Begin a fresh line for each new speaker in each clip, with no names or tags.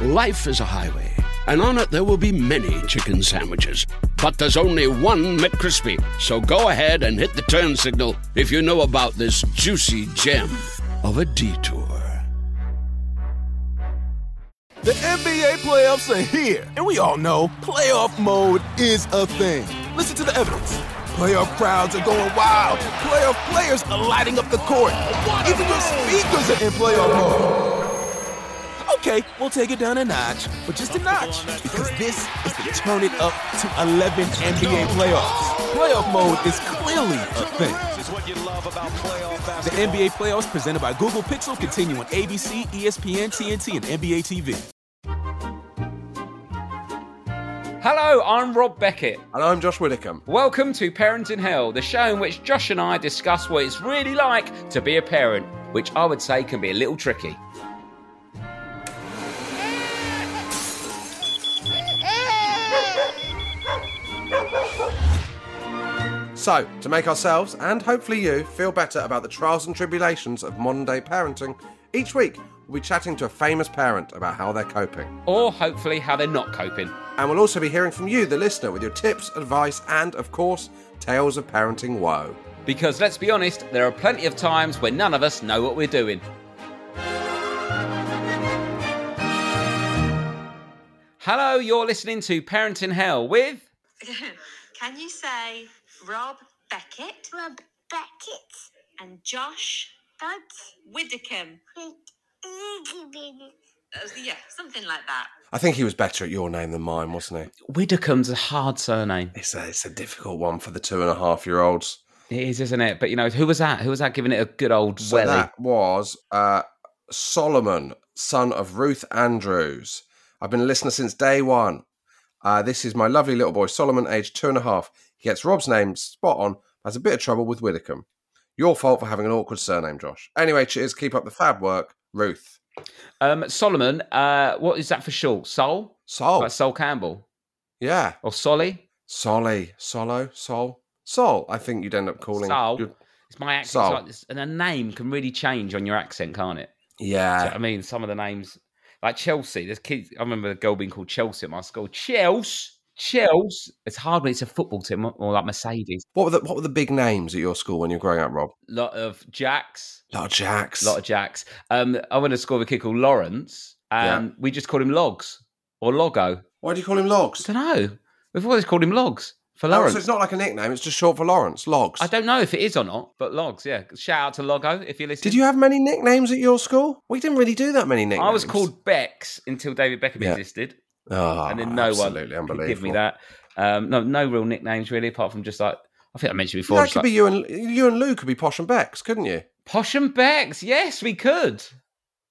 Life is a highway, and on it there will be many chicken sandwiches. But there's only one McCrispy. So go ahead and hit the turn signal if you know about this juicy gem of a detour.
The NBA playoffs are here, and we all know playoff mode is a thing. Listen to the evidence. Playoff crowds are going wild. Playoff players are lighting up the court. Even your speakers are in playoff mode. Okay, we'll take it down a notch, but just a notch, because this is the turn it up to 11 NBA playoffs. Playoff mode is clearly a thing. The NBA playoffs presented by Google Pixel continue on ABC, ESPN, TNT, and NBA TV.
Hello, I'm Rob Beckett.
And I'm Josh Widdicombe.
Welcome to Parenting Hell, the show in which Josh and I discuss what it's really like to be a parent, which I would say can be a little tricky.
So, to make ourselves and hopefully you feel better about the trials and tribulations of modern day parenting, each week we'll be chatting to a famous parent about how they're coping.
Or hopefully how they're not coping.
And we'll also be hearing from you, the listener, with your tips, advice, and, of course, tales of parenting woe.
Because let's be honest, there are plenty of times when none of us know what we're doing. Hello, you're listening to Parenting Hell with.
Can you say Rob Beckett? Rob Beckett. And Josh Buds Widdicombe. That was- Yeah, something like that.
I think he was better at your name than mine, wasn't
Widdicombe's a hard surname.
he? It's a, it's a difficult one for the two and a half year olds.
It is, isn't it? But you know, who was that? Who was that giving it a good old
So
welly?
that was uh, Solomon, son of Ruth Andrews. I've been a listener since day one. Uh, this is my lovely little boy Solomon, age two and a half. He gets Rob's name spot on, has a bit of trouble with Widdicombe. Your fault for having an awkward surname, Josh. Anyway, cheers. Keep up the fab work, Ruth.
Um, Solomon, uh, what is that for short? Sol?
Sol.
Like Sol Campbell
Yeah.
or Solly?
Solly. Solo. Sol. Sol, I think you'd end up calling.
Sol.
you'd-
It's my accent,
Sol.
like this, and a name can really change on your accent, can't it? Do you know
Yeah.
what I mean, some of the names like Chelsea. There's kids. I remember a girl being called Chelsea at my school. Chelsea, Chelsea. It's hard when it's a football team or like Mercedes.
What were, the, what were the big names at your school when you were growing up, Rob?
Lot of Jacks.
Lot of Jacks.
Lot of Jacks. Um, I went to school with a kid called Lawrence, and we just called him Logs or Logo.
Why do you call him Logs?
I don't know. We've always called him Logs for
Oh,
Lawrence.
so it's not like a nickname, it's just short for Lawrence. Logs.
I don't know if it is or not, but Logs. Yeah. Shout out to Logo if you're listening.
Did you have many nicknames at your school? We didn't really do that many nicknames.
I was called Bex until David Beckham
Yeah.
existed.
Oh,
and then no
absolutely
one could
unbelievable.
give me that. Um, no, no real nicknames really, apart from just like I think I mentioned before.
That
just
could
like,
be you and you and Lou could be Posh and Bex, couldn't you?
Posh and Bex. Yes, we could.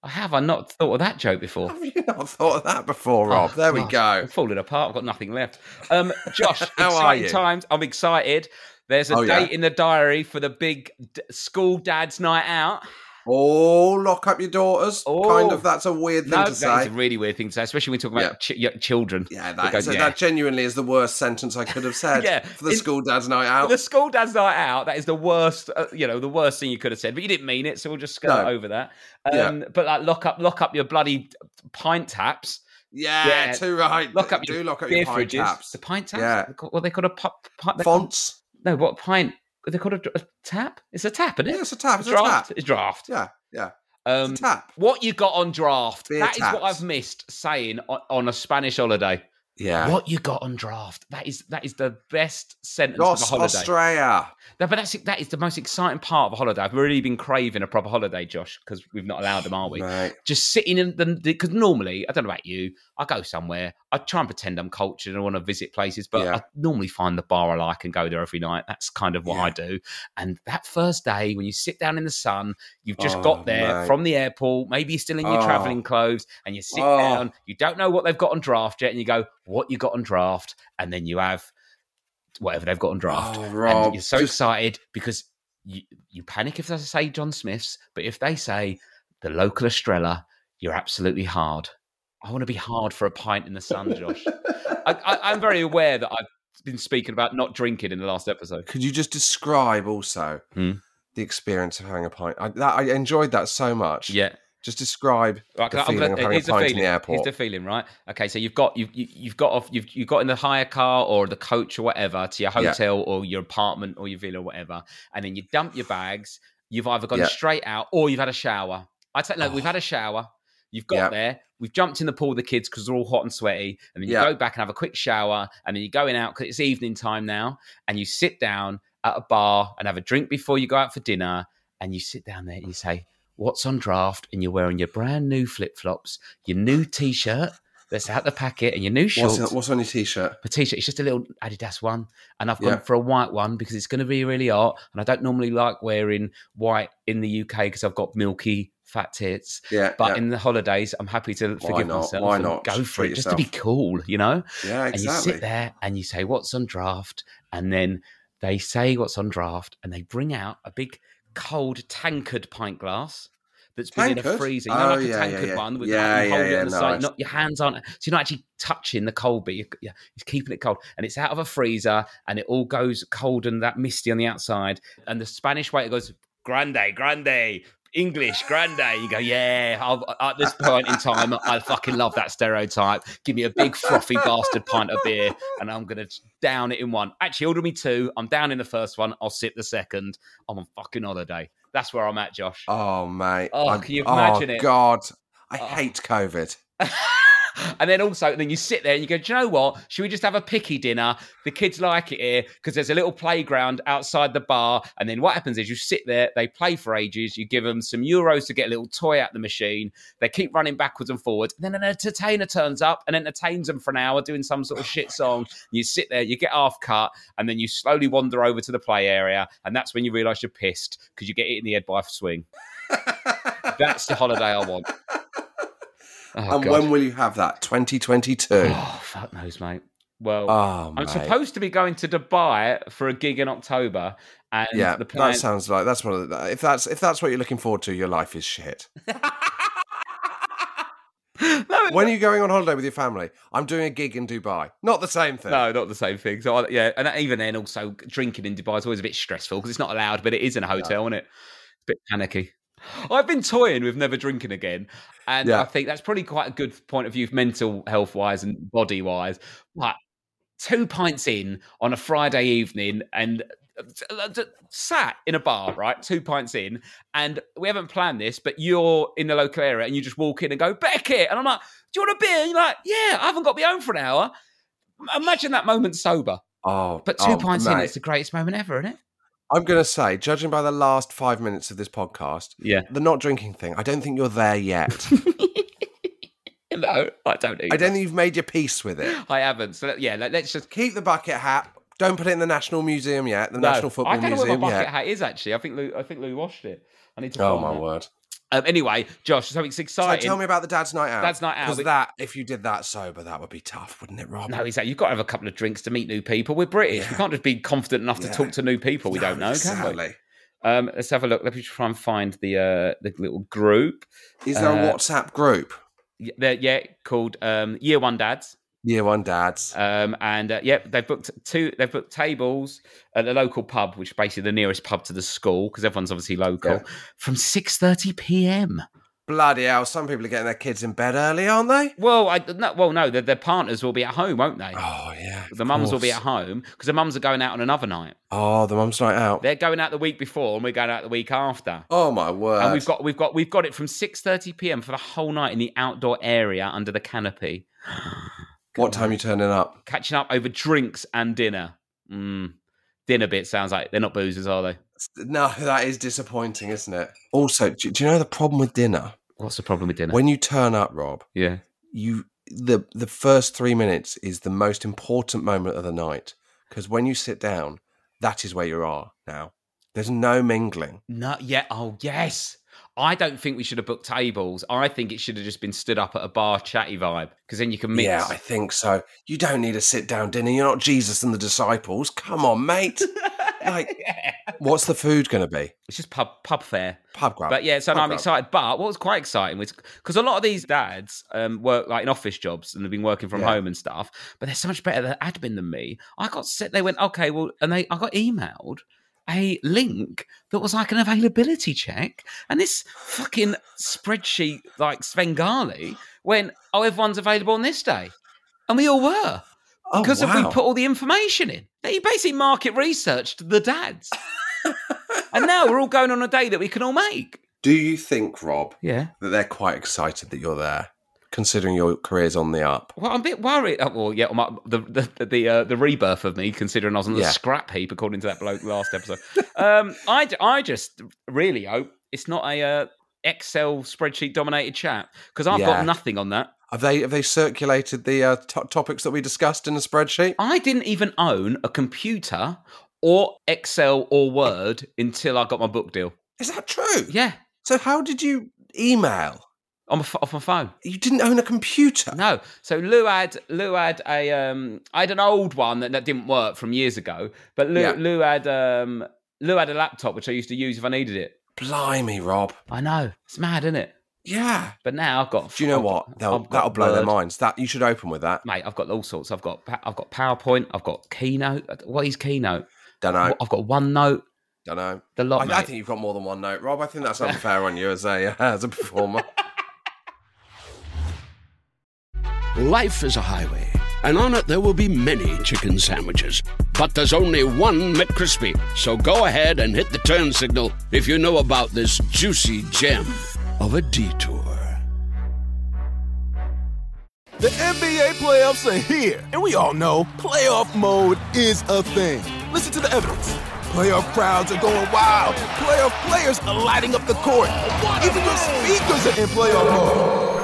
I have. I not thought of that joke before.
Have you not thought of that before, Rob? there we
Oh,
go.
I'm falling apart. I've got nothing left. Um, Josh,
How are
exciting
you?
times. I'm excited. There's a
Oh, yeah.
date in the diary for the big d- school dad's night out.
Oh, lock up your daughters.
Oh.
Kind of. That's a weird thing
No,
to
that
say.
is a really weird thing to say, especially when we're talking
Yeah.
about ch- y- children.
yeah, that,
Because,
is-
yeah.
that genuinely is the worst sentence I could have said
Yeah.
for the
In-
school dad's night
For
out.
The school dad's night out. That is the worst. Uh, you know, the worst thing you could have said, but you didn't mean it, so we'll just skirt
No.
over that.
Yeah.
Um, But like, lock up, lock up your bloody pint taps.
yeah,
Yeah.
too right.
Lock up
Do
your
lock up
beer
your pint
fridges.
taps.
The pint taps.
Yeah.
They're called- What they called a pop, pint,
Fonts.
No, what pint? They called a, dr- a tap. It's a tap, isn't it?
Yeah, it's a tap. It's a
draft.
tap.
It's draft.
Yeah, yeah.
Um,
It's a tap.
What you got on draft? That
Beer
is what
taps.
I've missed saying on, on a Spanish holiday.
Yeah.
What you got on draft? That is that is the best sentence of a
Los
holiday.
Australia.
No, but that's that is the most exciting part of a holiday. I've really been craving a proper holiday, Josh, because we've not allowed them, are we?
Mate.
Just sitting in the because normally I don't know about you. I go somewhere. I try and pretend I'm cultured and I want to visit places, but
Yeah.
I normally find the bar I like and go there every night. That's kind of what I do. And that first day when you sit down in the sun, you've just
Oh,
got there
mate.
from the airport, maybe you're still in your
Oh.
traveling clothes, and you sit
Oh.
down. You don't know what they've got on draft yet, and you go, "What you got on draft?" And then you have whatever they've got on draft
Oh,
and
Rob.
you're so
just-
excited because you, you panic if they say John Smith's, but if they say the local Estrella, you're absolutely hard. I want to be hard for a pint in the sun, Josh. I, I, I'm very aware that I've been speaking about not drinking in the last episode.
Could you just describe also
Hmm.
the experience of having a pint? I, that, I enjoyed that so much.
Yeah,
Just describe
Right,
the
I'm
feeling
gonna-
of having a
here's the
pint in
feeling.
the
Here's
airport.
the feeling, right? Okay, so you've got you've you- you've got off you've you got in the hire car or the coach or whatever to your
Yeah.
hotel or your apartment or your villa or whatever, and then you dump your bags. You've either gone
Yeah. Oh.
straight out or you've had a shower. I take no, we've had a shower. You've got
Yeah.
there. We've jumped in the pool with the kids because they're all hot and sweaty, and then you
Yeah.
go back and have a quick shower, and then you're going out because it's evening time now, and you sit down at a bar and have a drink before you go out for dinner, and you sit down there and you say, "What's on draft?" and you're wearing your brand new flip flops, your new t-shirt that's out the packet, and your new shorts.
what's, on- what's on your t-shirt?
My t-shirt it's just a little Adidas one, and I've
Yeah.
gone for a white one because it's going to be really hot, and I don't normally like wearing white in the UK because I've got milky fat tits.
Yeah,
But
yeah,
in the holidays, I'm happy to forgive
not?
myself.
Why
and
not?
Go
Just
for
treat
it, just to be
yourself.
cool, you know.
yeah,
And you
exactly.
sit there and you say, "What's on draft?" And then they say what's on draft, and they bring out a big cold tankard pint glass that's been in a
Tankard?
freezer. You
Oh,
know, like a
yeah, yeah,
tankard
yeah.
one with
Yeah,
like, you
yeah,
hold it
yeah,
on the
no, I-
side. Not, your hands aren't. So you're not actually touching the cold bit. You're, you're you're keeping it cold, and it's out of a freezer, and it all goes cold and that misty on the outside. And the Spanish waiter goes, "Grande, grande." English, grande. You go, yeah. I'll, at this point in time, I fucking love that stereotype. Give me a big frothy bastard pint of beer, and I'm gonna down it in one. Actually, order me two. I'm down in the first one. I'll sip the second. I'm on fucking holiday. That's where I'm at, Josh.
Oh mate.
Oh,
I'm-
can you imagine
oh,
it?
God. I
Oh.
hate COVID.
and then also, then you sit there and you go, do you know what? Should we just have a picky dinner? The kids like it here because there's a little playground outside the bar. And then what happens is you sit there, they play for ages. You give them some euros to get a little toy out the machine. They keep running backwards and forwards. And then an entertainer turns up and entertains them for an hour doing some sort of shit song. You sit there, you get half cut, and then you slowly wander over to the play area. And that's when you realize you're pissed because you get hit in the head by a swing. That's the holiday I want. Oh,
and
God.
when will you have that? 2022.
Oh, fuck knows, mate. Well,
oh,
I'm
mate.
supposed to be going to Dubai for a gig in October, and
yeah,
the plan.
that sounds like that's one of the, if that's if that's what you're looking forward to, your life is shit.
no,
When are you going on holiday with your family? I'm doing a gig in Dubai. Not the same thing.
no, not the same thing. So I, yeah, and even then, also drinking in Dubai is always a bit stressful because it's not allowed, but it is in a hotel, isn't it? It's a bit panicky. I've been toying with never drinking again, and
Yeah.
I think that's probably quite a good point of view, mental health wise and body wise. But two pints in on a Friday evening and uh, sat in a bar, right? Two pints in, and we haven't planned this, but you're in the local area and you just walk in and go, Beckett. And I'm like, Do you want a beer? And you're like, Yeah, I haven't got my own for an hour. Imagine that moment sober.
Oh,
But two
two
pints in,
mate,
it's the greatest moment ever, isn't it?
I'm going to say, judging by the last five minutes of this podcast,
Yeah.
the not drinking thing, I don't think you're there yet.
No, I don't either.
I don't think you've made your peace with it.
I haven't. So let- yeah, let, let's just
Keep the bucket hat. Don't put it in the National Museum yet. The
no.
National Football
I don't know where
Museum
my bucket
yet.
hat is actually. I think Lou, I think Lou washed it. I need to.
Oh
find
my
that.
word!
Um, anyway, Josh, something's
So
exciting.
tell me about the dad's night out.
Oh, Dad's night out,
Because
but-
that, if you did that sober, that would be tough, wouldn't it, Rob?
No, exactly. You've got to have a couple of drinks to meet new people. We're British. We
Yeah.
can't just be confident enough
Yeah.
to talk to new people we
No,
don't know, can
exactly.
we? Um, let's have a look. Let me try and find the uh, the little group.
Is there
Uh,
a WhatsApp group?
Y- they're- Yeah, called um, Year One Dads.
Year one dads.
Um, and uh, yep, they've booked two. They've booked tables at the local pub, which is basically the nearest pub to the school because everyone's obviously local.
Yeah.
From six thirty p.m.
Bloody hell! Some people are getting their kids in bed early, aren't they?
Well, I no, well no, their, their partners will be at home, won't they?
Oh yeah.
the mums will be at
course.
home because the mums are going out on another night.
Oh, the mum's night out.
They're going out the week before, and we're going out the week after.
Oh my word!
and we've got we've got we've got it from six thirty p.m. for the whole night in the outdoor area under the canopy,
what time you turning up?
catching up over drinks and dinner. Mm. Dinner bit sounds like they're not boozers, are they?
No, that is disappointing, isn't it? Also, do, do you know the problem with dinner?
What's the problem with dinner?
When you turn up, Rob,
yeah,
you the the first three minutes is the most important moment of the night because when you sit down, that is where you are now. There's no mingling.
no, yeah, oh yes. I don't think we should have booked tables. I think it should have just been stood up at a bar, chatty vibe, because then you can mix.
Yeah, I think so. You don't need a sit down dinner. You're not Jesus and the disciples. Come on, mate. like,
Yeah.
what's the food going to be?
It's just pub pub fare.
Pub grub.
But yeah, so
Pub
I'm
grub.
excited. But what was quite exciting was because a lot of these dads um, work like in office jobs and they've been working from
Yeah.
home and stuff. But they're so much better at admin than me. I got sent. They went okay. Well, and they I got emailed. a link that was like an availability check. And this fucking spreadsheet, like Svengali, went, oh, everyone's available on this day. And we all were
Oh,
because if we
wow.
put all the information in. He basically market researched the dads. and now we're all going on a day that we can all make.
Do you think, Rob,
Yeah.
that they're quite excited that you're there, considering your career's on the up?
Well, I'm a bit worried. Oh, well, yeah, my, the the the, uh, the rebirth of me, considering I was on the
Yeah.
scrap heap according to that bloke last episode. um, I d- I just really hope it's not a uh, Excel spreadsheet dominated chat because I've
Yeah.
got nothing on that.
Have they have they circulated the uh, to topics that we discussed in the spreadsheet?
I didn't even own a computer or Excel or Word until I got my book deal.
Is that true?
Yeah,
So how did you email?
on my, ph- off my phone.
You didn't own a computer.
No. So Lou had Lou had a um I had an old one that, that didn't work from years ago, but Lou
Yeah.
Lou had um Lou had a laptop which I used to use if I needed it.
Blimey, Rob.
I know. It's mad, isn't it?
Yeah.
But now I've got
Do you know
I've got-
what? They'll-
I've got
that'll blow their
Word.
minds. That you should open with that.
Mate, I've got all sorts. I've got I've got PowerPoint, I've got Keynote. What is Keynote?
Don't know.
I've got OneNote,
Don't know.
the
I,
lot.
I
mate.
think you've got more than one note, Rob. I think that's unfair on you as a as a performer.
Life is a highway, and on it there will be many chicken sandwiches. But there's only one McCrispy. So go ahead and hit the turn signal if you know about this juicy gem of a detour.
The NBA playoffs are here, and we all know playoff mode is a thing. Listen to the evidence. Playoff crowds are going wild. Playoff players are lighting up the court. Even your speakers are in playoff mode.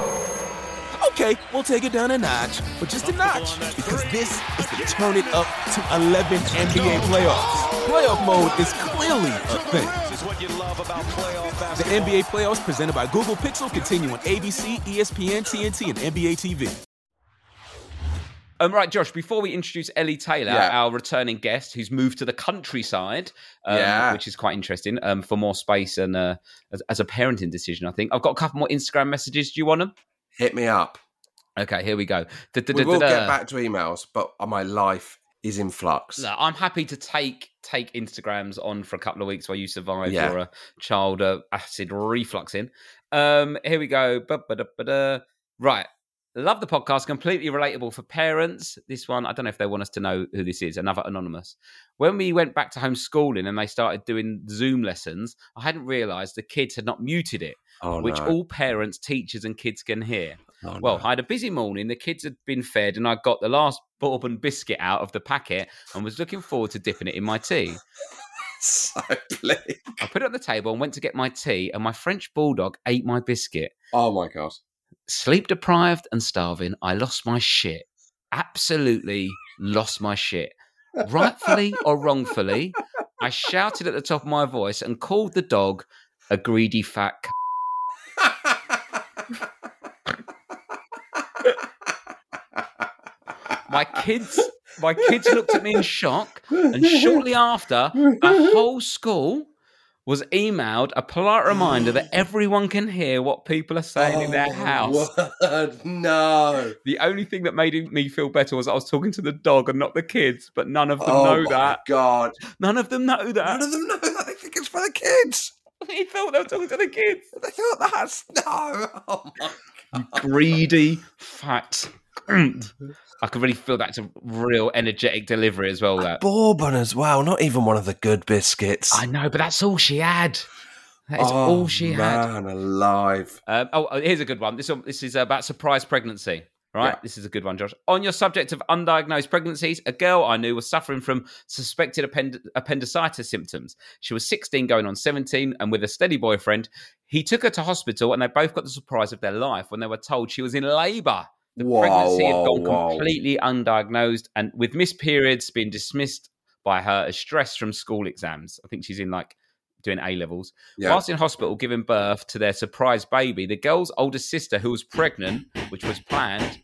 Okay, we'll take it down a notch, but just a notch, because this is the turn it up to 11 NBA playoffs. Playoff mode is clearly a thing. The NBA playoffs presented by Google Pixel continue on ABC, ESPN, TNT, and NBA TV.
Um, right, Josh, before we introduce Ellie Taylor,
Yeah.
our returning guest who's moved to the countryside, um,
Yeah.
which is quite interesting um, for more space and uh, as, as a parenting decision, I think. I've got a couple more Instagram messages. Do you want them?
Hit me up.
Okay, here we go.
We will
Da-da-da-da-da.
get back to emails, but uh, my life is in flux.
Look, I'm happy to take take Instagrams on for a couple of weeks while you survive
Yeah.
your uh, child uh, acid reflux in. Um, here we go. Ba-ba-da-ba-da. Right. Love the podcast. Completely relatable for parents. This one, I don't know if they want us to know who this is. Another anonymous. When we went back to homeschooling and they started doing Zoom lessons, I hadn't realised the kids had not muted it,
oh,
which
no.
all parents, teachers, and kids can hear.
Oh, no.
Well, I had a busy morning. The kids had been fed, and I got the last bourbon biscuit out of the packet and was looking forward to dipping it in my tea.
so bleak.
I put it on the table and went to get my tea, and my French bulldog ate my biscuit.
Oh my god.
Sleep deprived and starving, I lost my shit. Absolutely lost my shit. Rightfully or wrongfully, I shouted at the top of my voice and called the dog a greedy fat. C- my kids, my kids looked at me in shock. And shortly after, the whole school was emailed a polite reminder that everyone can hear what people are saying in their
Oh,
house.
word, no.
The only thing that made me feel better was I was talking to the dog and not the kids, but none of them
Oh
know
my
that.
god.
None of them know
None
that.
of them know that. They think it's for the kids.
he felt they were talking to the kids.
They thought that's no. Oh my
Greedy, fat. I could really feel that's a real energetic delivery as well. That
Bourbon as well. Not even one of the good biscuits.
I know, but that's all she had. That is
oh,
all she had.
Man alive.
Um, oh, oh, here's a good one. This one- this is about surprise pregnancy. Right,
Yeah.
this is a good one, Josh. On your subject of undiagnosed pregnancies, a girl I knew was suffering from suspected append- appendicitis symptoms. She was 16, going on 17, and with a steady boyfriend. He took her to hospital, and they both got the surprise of their life when they were told she was in labour. The
Whoa,
pregnancy had
whoa,
gone
whoa.
completely undiagnosed, and with missed periods being dismissed by her as stress from school exams. I think she's in like doing A levels.
Yeah.
Whilst in hospital giving birth to their surprise baby, the girl's older sister, who was pregnant, which was planned,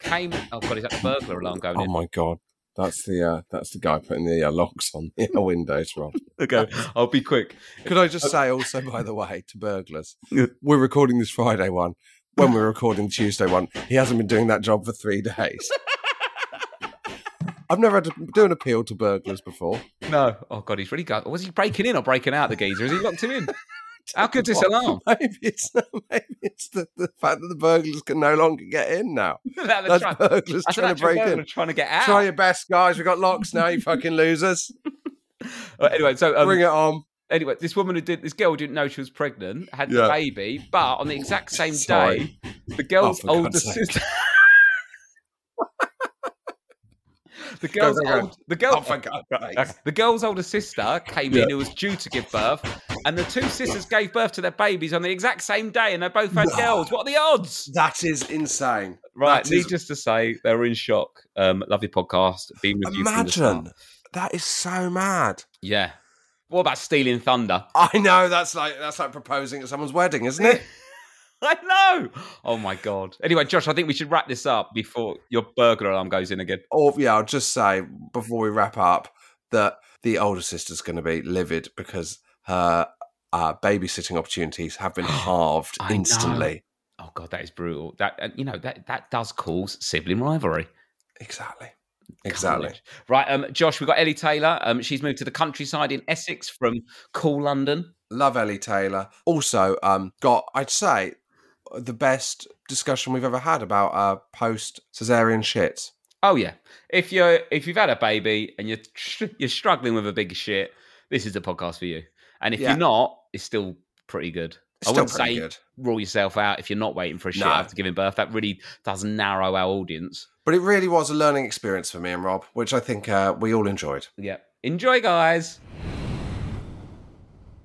came. Oh god, is that the burglar alarm going
Oh
in?
my god. That's the uh, that's the guy putting the uh, locks on the uh, windows, Rob. Uh,
Okay, I'll be quick.
Could I just say also, by the way, to burglars, we're recording this Friday one. When we're recording Tuesday one, he hasn't been doing that job for three days. I've never had to do an appeal to burglars before.
No. Oh God, he's really got. Was he breaking in or breaking out the geezer? Has he locked him in? How could this alarm?
Maybe it's maybe it's the, the fact that the burglars can no longer get in now.
That's
That's burglars trying to break in.
Trying to get out.
Try your best, guys. We got locks now. You fucking losers.
Uh, anyway, so um,
Bring it on.
anyway, this woman who did this girl didn't know she was pregnant, had
Yeah.
the baby, but on the exact same
Sorry. Oh,
day, the girl's
for
older
God's sake.
sister. The girl's,
go, go.
old, the, girl,
Oh, God's
uh, the girl's older sister came
Yeah.
in who was due to give birth, and the two sisters gave birth to their babies on the exact same day, and they both had
No.
girls. What are the odds?
That is insane.
Right,
That is-
needless to say, they were in shock. Um, lovely podcast, being reviewed. from the start.
Imagine. That is so mad.
yeah. What about stealing thunder?
I know that's like that's like proposing at someone's wedding, isn't it?
I know. Oh my god. Anyway, Josh, I think we should wrap this up before your burglar alarm goes in again.
or yeah, I'll just say before we wrap up that the older sister's going to be livid because her uh, babysitting opportunities have been halved
I know.
instantly.
Oh god, that is brutal. That uh, you know that that does cause sibling rivalry.
Exactly. Exactly.
Carnage. Right, um, Josh, we've got Ellie Taylor. Um, she's moved to the countryside in Essex from cool London.
Love Ellie Taylor. Also, um, got I'd say the best discussion we've ever had about uh, post cesarean shits.
Oh yeah. If you're if you've had a baby and you're tr- you're struggling with a big shit, this is the podcast for you. And if
Yeah.
you're not, it's still pretty good. I
It's still
wouldn't
pretty
say
good.
rule yourself out if you're not waiting for a shit
No.
after giving birth. That really does narrow our audience.
But it really was a learning experience for me and Rob, which I think uh, we all enjoyed.
Yeah. Enjoy, guys.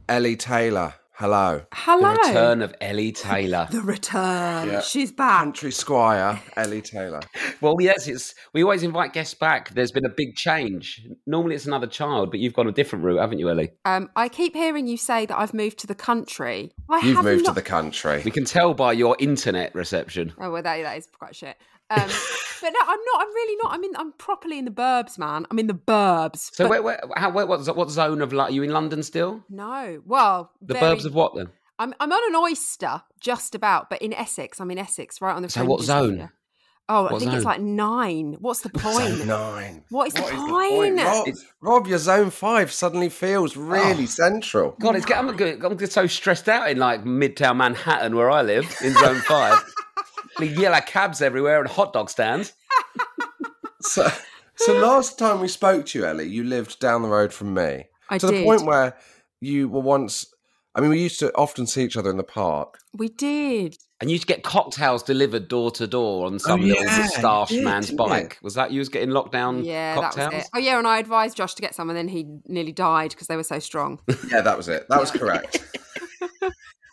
Ellie Taylor, hello.
Hello.
The return of Ellie Taylor.
The return.
Yeah.
She's back.
Country Squire, Ellie Taylor.
well, yes, it's we always invite guests back. There's been a big change. Normally it's another child, but you've gone a different route, haven't you, Ellie?
Um, I keep hearing you say that I've moved to the country. I
You've
have
moved to
not-
the country.
We can tell by your internet reception.
Oh well, that, that is quite shit. Um, but no, I'm not. I'm really not. I'm in. I'm properly in the burbs, man. I'm in the burbs.
So
but
where, where, how, where, what, what zone of Lo- are you in London still?
no, well,
The
very-
burbs of what then?
I'm I'm on an oyster, just about, but in Essex. I'm in Essex, right on the.
So what
fringes of
zone?
here. Oh, I
What
think it's
zone?
like nine. What's the
Zone
point?
nine.
What is the
What is the point,
point?
Rob? Rob, your zone five suddenly feels really central.
God, it's, get- I'm, get- I'm get so stressed out in like Midtown Manhattan where I live in Zone Five. The yellow cabs everywhere and hot dog stands.
So, so last time we spoke to you, Ellie, you lived down the road from me.
I
to
did.
the point where you were once. I mean, we used to often see each other in the park.
we did.
And you used to get cocktails delivered door to door on some little
Oh, yeah, you
moustache
did,
man's
didn't
bike. Was that you was getting locked down
Yeah,
Mm, cocktails?
that was it. Oh yeah, and I advised Josh to get some, and then he nearly died because they were so strong.
Yeah, that was it. That was correct.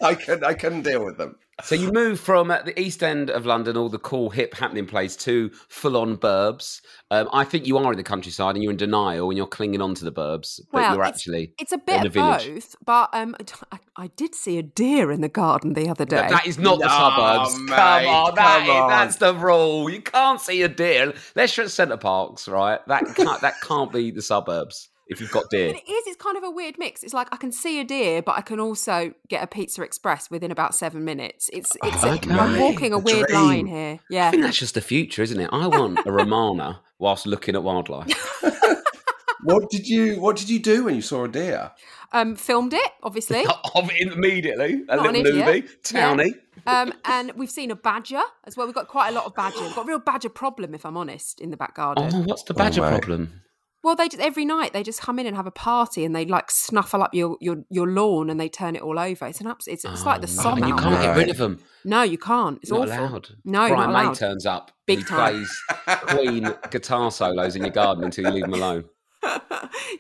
I couldn't. I couldn't deal with them.
So you moved from uh, the east end of London, all the cool, hip, happening place, to full-on burbs. Um, I think you are in the countryside and you're in denial and you're clinging on to the burbs, but
Well,
you're
it's-
actually...
It's a
In
bit
the
of
village.
both, but um, I, I did see a deer in the garden the other day.
But that is not the
No,
suburbs.
mate,
come on, that
come
is-
on.
that's the rule. You can't see a deer unless you're at Centre Parks, right? That can't, that can't be the suburbs if you've got deer.
But it is. It's kind of a weird mix. It's like I can see a deer, but I can also get a pizza express within about seven minutes. It's it's. i
Okay.
I'm walking a
The
weird
dream.
line here.
I
Yeah.
think that's just the future, isn't it? I want a Romana whilst looking at wildlife.
What did you What did you do when you saw a deer?
Um, filmed it obviously.
Of it immediately, a
Not an
little
idiot.
movie, townie.
Um, and we've seen a badger as well. We've got quite a lot of badger. We've got a real badger problem, if I'm honest, in the back garden.
Oh, what's the badger
mate.
problem?
Well, they just, every night they just come in and have a party, and they like snuffle up your your, your lawn and they turn it all over. It's an abs- It's, it's like the
Oh, no,
somme
You
out
can't
there.
get rid of them.
No, you can't. It's
It's not
awful.
allowed.
No,
Brian
not allowed.
May turns up.
Big
he
time.
plays Queen guitar solos in your garden until you leave him alone.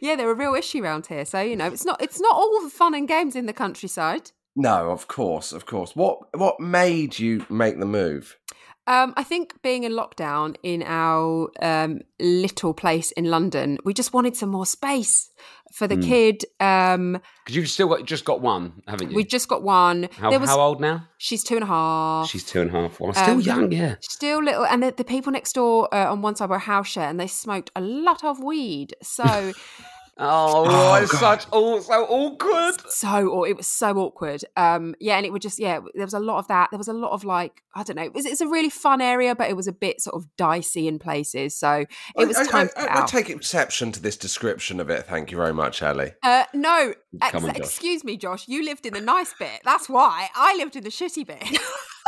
yeah, they're a real issue around here. So you know, it's not it's not all the fun and games in the countryside.
No, of course, of course. What What made you make the move?
Um, I think being in lockdown in our um, little place in London, we just wanted some more space for
Hmm.
the kid. Um,
Because you've still got just got one, haven't you?
we just got one.
how,
there was
how old now?
she's two and a half.
She's two and a half. Well, still
Um,
young, yeah.
Still little, and the, the people next door uh, on one side were house share, and they smoked a lot of weed. So
Oh,
Oh,
it's
God.
such oh so awkward.
so or it was so awkward um yeah and it would just yeah there was a lot of that there was a lot of like i don't know it was, it's a really fun area but it was a bit sort of dicey in places so it was
I, I-
time to
I,
get
I,
out
take exception to this description of it. Thank you very much, Ellie.
uh, no ex-
Come on, Josh.
excuse me josh you lived in the nice bit that's why i lived in the shitty bit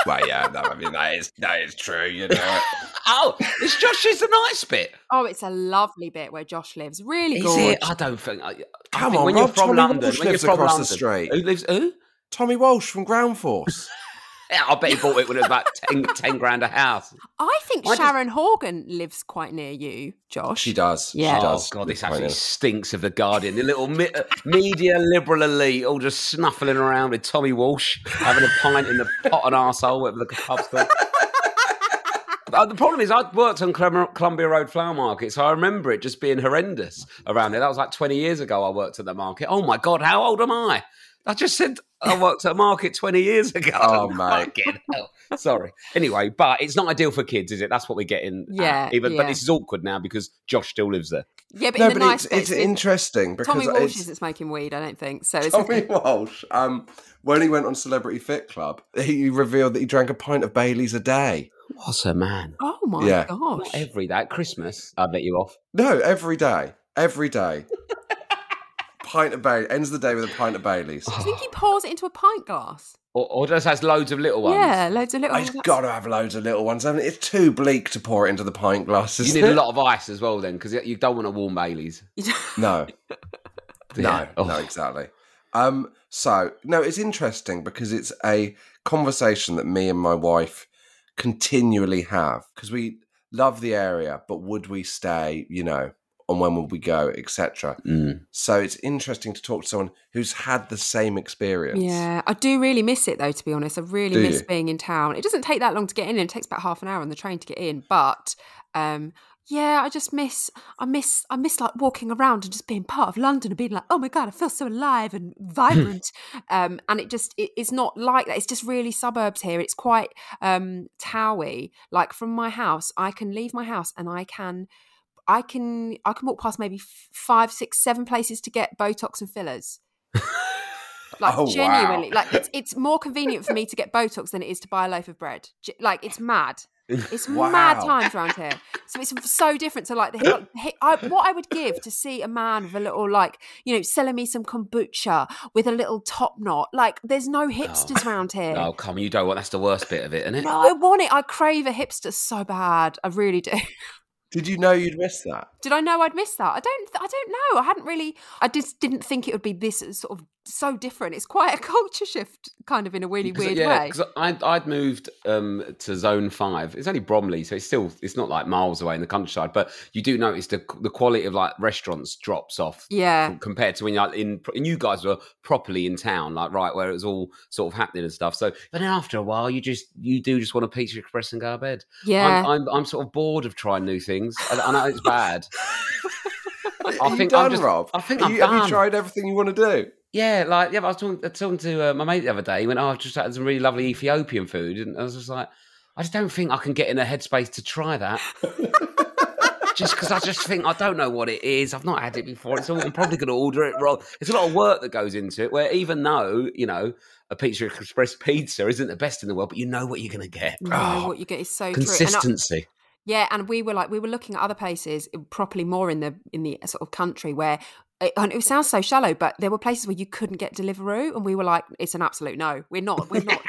well, yeah, no, I mean that is that is true. You know,
Oh, it's Josh is the nice bit.
oh it's a lovely bit where josh lives really
Is
good
it? I don't think. I, I
Come
think
on,
when
Rob,
you're from
Tommy
London,
Walsh
when you're
lives
from
across the
London,
street.
Who lives? Who?
Tommy Walsh from Ground Force.
Yeah, I bet he bought it when it was about 10, 10 grand a house.
i think
Why does-
sharon horgan lives quite near you josh
She does.
Yeah.
She
oh
does.
god, this
Quite
absolutely
nice.
stinks of the Guardian. The little mi- uh, media liberal elite all just snuffling around with Tommy Walsh, having a pint in the pot and arsehole, whatever the pub's called. Uh, the problem is, I worked on Clum- Columbia Road Flower Market, so I remember it just being horrendous around there. That was like 20 years ago I worked at the market. Oh my God, how old am I? I just said I worked at a market 20 years ago.
Oh, mate.
Fucking hell. Sorry. Anyway, but it's not ideal for kids, is it? That's what we're getting. at,
Yeah,
Ah, even,
yeah.
But this is awkward now because Josh still lives there.
yeah but
No,
in the
but
nice
it's,
bit
it's interesting because
tommy walsh
it's,
isn't smoking weed i don't think so it's
Tommy Walsh. Um, when he went on Celebrity Fit Club, he revealed that he drank a pint of Bailey's a day.
What a man.
oh my
Yeah.
gosh
Every day at Christmas, I'd let you off.
No, every day, every day. pint of Bailey ends the day with a pint of Bailey's.
Do you think he pours it into a pint glass?
Or, or just has loads of little ones.
Yeah, loads of little.
I've
that's-
got to have loads of little ones. haven't I? It's too bleak to pour it into the pint glasses.
You need a lot of ice as well, then, because you don't want to warm Bailey's.
No, no,
Yeah. Oh.
no, exactly. Um, so no, it's interesting because it's a conversation that me and my wife continually have because we love the area, but would we stay? You know, and when would we go, etc.
Mm.
So it's interesting to talk to someone who's had the same experience.
yeah, I do really miss it though. To be honest, I really
Do
miss
you?
being in town. It doesn't take that long to get in. It takes about half an hour on the train to get in. But um, yeah, I just miss. I miss. I miss like walking around and just being part of London and being like, oh my god, I feel so alive and vibrant. um, and it just it, it's not like that. It's just really suburbs here. It's quite um towy. Like from my house, I can leave my house and I can. I can I can walk past maybe f- five, six, seven places to get Botox and fillers. like
Oh, wow.
genuinely, like it's it's more convenient for me to get Botox than it is to buy a loaf of bread. Ge- Like it's mad. It's mad
Wow.
times around here. So it's so different to like the hi- hi- I, what I would give to see a man with a little like you know selling me some kombucha with a little top knot. Like there's
Oh,
no hipsters around here.
Oh, come, you don't want. That's the worst bit of it, isn't it?
No, I want it. I crave a hipster so bad. I really do.
Did you know you'd miss that?
Did I know I'd miss that? I don't. I don't know. I hadn't really. I just didn't think it would be this sort of so different. It's quite a culture shift, kind of in a really
Because, uh,
weird
yeah,
way.
Because I'd, I'd moved um, to Zone Five. It's only Bromley, so it's still it's not like miles away in the countryside. But you do notice the the quality of like restaurants drops off
Yeah,
compared to when you're in and you guys were properly in town like right where it was all sort of happening and stuff so but then after a while you just you do just want a pizza express and go to bed
yeah.
I'm, I'm, I'm sort of bored of trying new things and i know it's bad
Are
i
you
think
done,
i'm just
Rob.
i think
Are
i'm
you,
done
Have you tried everything you want to do?
yeah like yeah but i was talking, I was talking to uh, my mate the other day he went oh i've just had some really lovely ethiopian food and i was just like i just don't think i can get in a headspace to try that Just because I just think I don't know what it is. I've not had it before. It's all, I'm probably going to order it wrong. It's a lot of work that goes into it. Where even though you know a Pizza Express pizza isn't the best in the world, but you know what you're going to get.
No, what you get is so true. And I-
Consistency.
Yeah, and we were like we were looking at other places uh, properly more in the in the uh, sort of country where it, and it sounds so shallow, but there were places where you couldn't get Deliveroo, and we were like, it's an absolute no. We're not. We're not.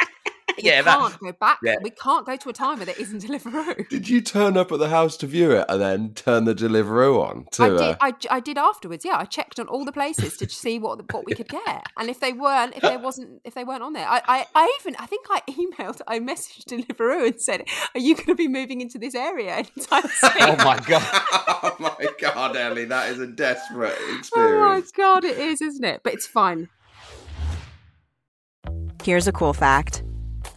Yeah,
we
that-
can't go back.
yeah.
We can't go to a time where there isn't Deliveroo.
Did you turn up at the house to view it and then turn the Deliveroo on? To
I
uh,
did, I, j- I did afterwards. Yeah, I checked on all the places to see what the, what we could get, and if they weren't, if there wasn't, if they weren't on there, I, I, I even I think I emailed, I messaged Deliveroo and said, "Are you going to be moving into this area anytime soon?"
Oh my god.
oh my god, Ellie, that is a desperate
Oh my
experience.
god, it is, isn't it? But it's fun.
Here's a cool fact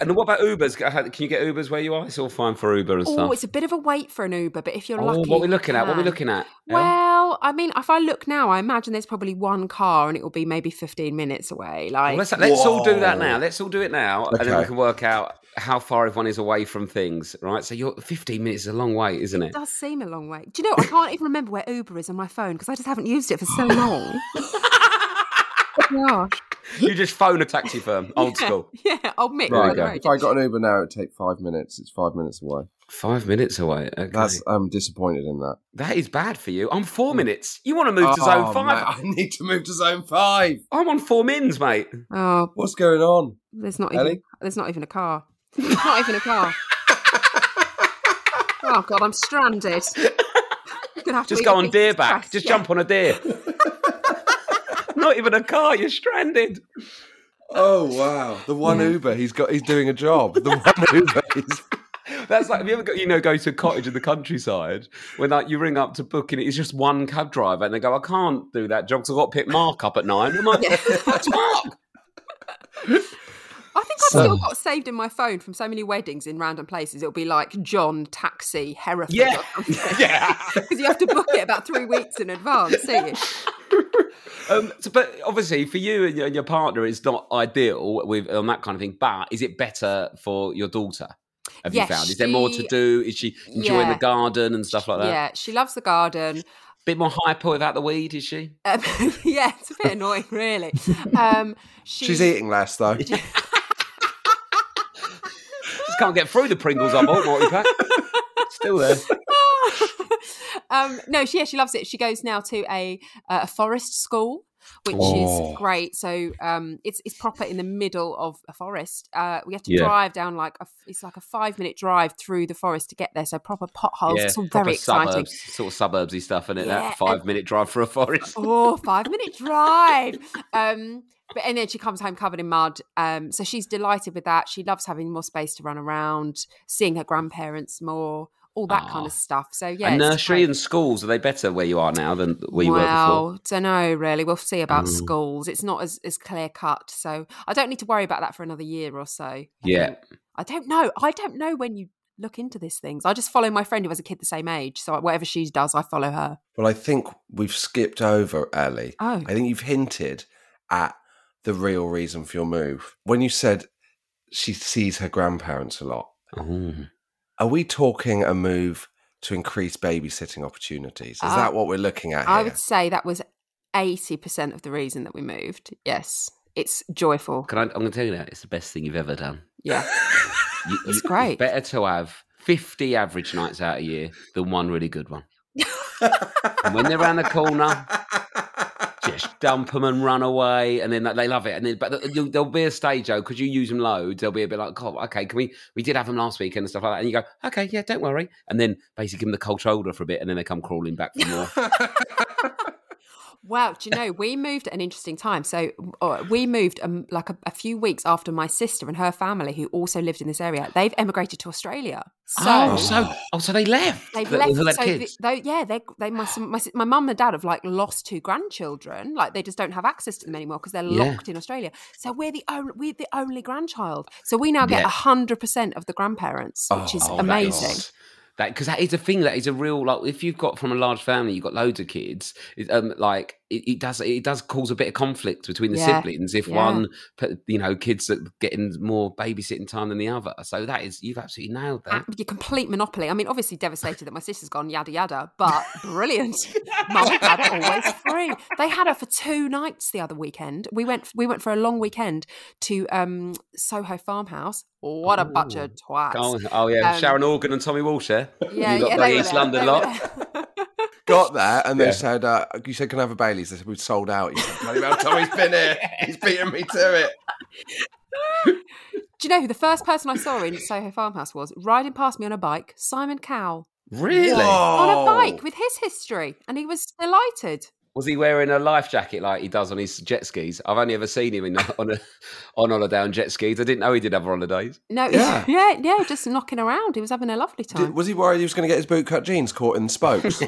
And what about Ubers? Can you get Ubers where you are? It's all fine for Uber and
Oh,
stuff.
it's a bit of a wait for an Uber, but if you're
Oh,
lucky,
what are we
you
looking at? What are we
can.
looking at? Elle?
Well, I mean, if I look now, I imagine there's probably one car, and it will be maybe 15 minutes away. Like,
Well, let's let's all do that
Whoa.
now. Let's all do it now, and then we
Okay.
can work out how far everyone is away from things. Right? So you're 15 minutes is a long way, isn't it?
It does seem a long way. Do you know? I can't even remember where Uber is on my phone because I just haven't used it for so long. Oh Gosh.
You just phone a taxi firm, old
Yeah,
school.
Yeah, old Mick.
There we
Right.
on the
go.
road.
If I got an Uber now, it'd take five minutes. It's five minutes away.
Five minutes away. Okay.
That's I'm disappointed in that.
That is bad for you. I'm four minutes. You want to move to zone
Oh,
five?
mate, I need to move to zone five.
I'm on four mins, mate.
Oh,
What's going on?
there's not
Ellie?
even there's not even a car. There's not even a car. oh God, I'm stranded. Gonna have to
Just
eat
go
a
on
big
deer back.
crust,
Just
yeah.
jump on a deer. Not even a car. You're stranded.
Oh wow! The one Uber he's got, he's doing a job. The one Uber is
That's like have you ever go, you know go to a cottage in the countryside when like you ring up to book and it's just one cab driver and they go I can't do that job because I've got to pick Mark up at nine. I'm like, "What's Mark?
I think I've still got saved in my phone from so many weddings in random places. It'll be like John Taxi Hereford.
Yeah, yeah.
Because you have to book it about three weeks in advance, don't you?
Um, so, but obviously for you and your, your partner, it's not ideal with on that kind of thing. But is it better for your daughter? Have
Yes,
you found? Is there more to
she-
do? Is she enjoying
Yeah.
the garden and stuff like that?
Yeah, she loves the garden.
Bit more hyper without the weed, is she?
Um, yeah, it's a bit annoying, really. Um, she,
she's eating less though.
Uh,
Just can't get through the Pringles I bought multi pack. Still there.
um, no, she yeah, she loves it. She goes now to a uh, a forest school, which
Oh.
is great. So um, it's it's proper in the middle of a forest. Uh, we have to
Yeah.
drive down like a, it's like a five minute drive through the forest to get there. So proper potholes. it's all
proper
very exciting.
Suburbs, sort of suburbsy stuff, isn't it?
Yeah,
That five minute drive through a forest.
oh, five minute drive. Um, but and then she comes home covered in mud. Um, so she's delighted with that. She loves having more space to run around, seeing her grandparents more, all that kind
Ah.
of stuff. So yeah,
and
it's
nursery
great.
and schools, are they better where you are now than where you were before?
well, don't know really. We'll see about
Mm.
schools. It's not as, as clear cut, so I don't need to worry about that for another year or so. I
Yeah.
think. I don't know. I don't know when you look into these things. I just follow my friend who has a kid the same age, so whatever she does, I follow her.
Well, I think we've skipped over Ellie.
Oh,
I think you've hinted at the real reason for your move when you said she sees her grandparents a lot.
Oh.
Are we talking a move to increase babysitting opportunities? Is
Uh,
that what we're looking at here?
I would say that was 80% of the reason that we moved. Yes. It's joyful.
Can I, I'm going to tell you that it's the best thing you've ever done.
Yeah.
You-
It's
you-
great.
better to have 50 average nights out a year than one really good one. and when they're around the corner, just dump them and run away, and then like, they love it. And then, but th- you'll- there'll be a stage though because you use them loads. They'll be a bit like, "God, okay, can we? We did have them last weekend and stuff like that." And you go, "Okay, yeah, don't worry." And then basically give them the cold shoulder for a bit, and then they come crawling back for more.
Well, do you know, we moved at an interesting time. So uh, we moved um, like a, a few weeks after my sister and her family, who also lived in this area, they've emigrated to Australia. So.
oh, so oh, so they left.
They've
They-
left,
they had
so the-
kids.
though, yeah, they they must. My, si- my mum and dad have like lost two grandchildren, like they just don't have access to them anymore because they're
Yeah.
locked in Australia. So we're the only we're the only grandchild. So we now get
Yeah.
hundred percent of the grandparents, which is
Oh, that
amazing.
that because that is a thing that is a real like if you've got from a large family you've got loads of kids it, um like it, it does it does cause a bit of conflict between the
Yeah.
siblings if
Yeah.
one p- you know kids are getting more babysitting time than the other so that is you've absolutely nailed that
A- your complete monopoly. I mean, obviously devastated that my sister's gone, yada yada, but brilliant. Mum and dad are always free. They had her for two nights the other weekend. We went we went for a long weekend to um, Soho Farmhouse. What a bunch of twats.
Oh, oh, yeah,
Um,
Sharon Organ and Tommy Walsh. Yeah, you got
they
the
were
East
there,
London
they were
lot.
there.
Got there, and they
Yeah.
said, uh, "You said can I have a Bailey's?" They said, "We've sold out." You said, "Bloody well, Tommy's been here. He's beaten me to it."
Do you know who the first person I saw in Soho Farmhouse was? Riding past me on a bike, Simon Cowell.
Really?
On
Oh.
a
Whoa.
bike with his history. And he was delighted.
Was he wearing a life jacket like he does on his jet skis? I've only ever seen him in, on a on holiday on jet skis. I didn't know he did other holidays.
No,
Yeah.
yeah, yeah, just knocking around. He was having a lovely time.
Did- was he worried he was going to get his bootcut jeans caught in the spokes?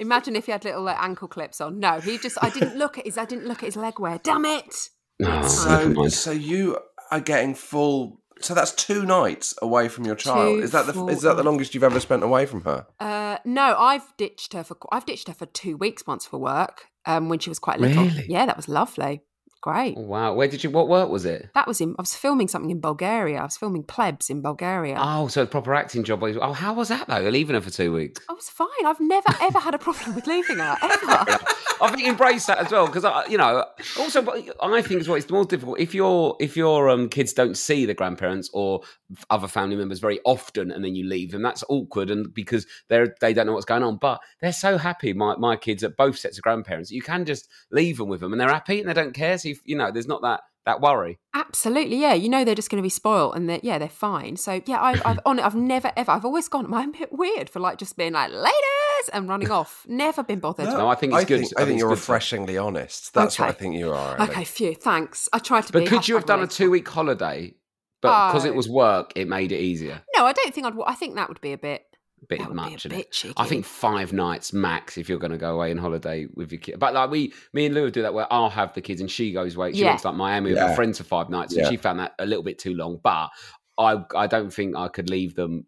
Imagine if he had little like, ankle clips on. No, he just. I didn't look at his. I didn't look at his leg wear. Damn it!
Oh, never
so,
mind.
so you are getting full. So that's two nights away from your child.
Two
is that the
full
is that the
nights.
longest you've ever spent away from her?
Uh, no, I've ditched her for. qu- I've ditched her for two weeks once for work. Um, when she was quite little.
Really?
Yeah, that was lovely. Great.
Oh, wow, where did you? What work was it?
That was in. I was filming something in Bulgaria. I was filming Plebs in Bulgaria.
Oh, so a proper acting job. Oh, how was that though? Leaving her for two weeks.
I was fine. I've never ever had a problem with leaving her ever.
I think embrace that as well because I, you know, also but I think as well it's more difficult if your if your um, kids don't see the grandparents or other family members very often, and then you leave them. That's awkward, and because they're they don't know what's going on, but they're so happy. My my kids at both sets of grandparents, you can just leave them with them, and they're happy and they don't care. So you, you know, there's not that that worry.
Absolutely, yeah. You know they're just going to be spoiled, and that yeah, they're fine. So yeah, I've I've, on, I've never ever. I've always gone. I'm a bit weird for like just being like laters and running off. Never been bothered.
No, I think it's
I
good.
Think,
I
I
think
think
it's
you're
good to-
refreshingly honest. That's what I
Okay.
think you are. Ellie.
Okay, phew. Thanks. I tried to
But
be.
could you have
hashtag
done a
relatable.
two week holiday? But because it
Oh.
was work, it made it easier.
No, I don't think I'd. wa- I think that would be a bit.
bit
That would be a
much. innit?
bit cheeky.
I think five nights max if you're going to go away on holiday with your kid. But like we, me and Lou would do that where I'll have the kids and she goes away. She
Yeah.
went to like Miami with
Yeah.
her friends for five nights,
Yeah.
and she found that a little bit too long. But I, I don't think I could leave them.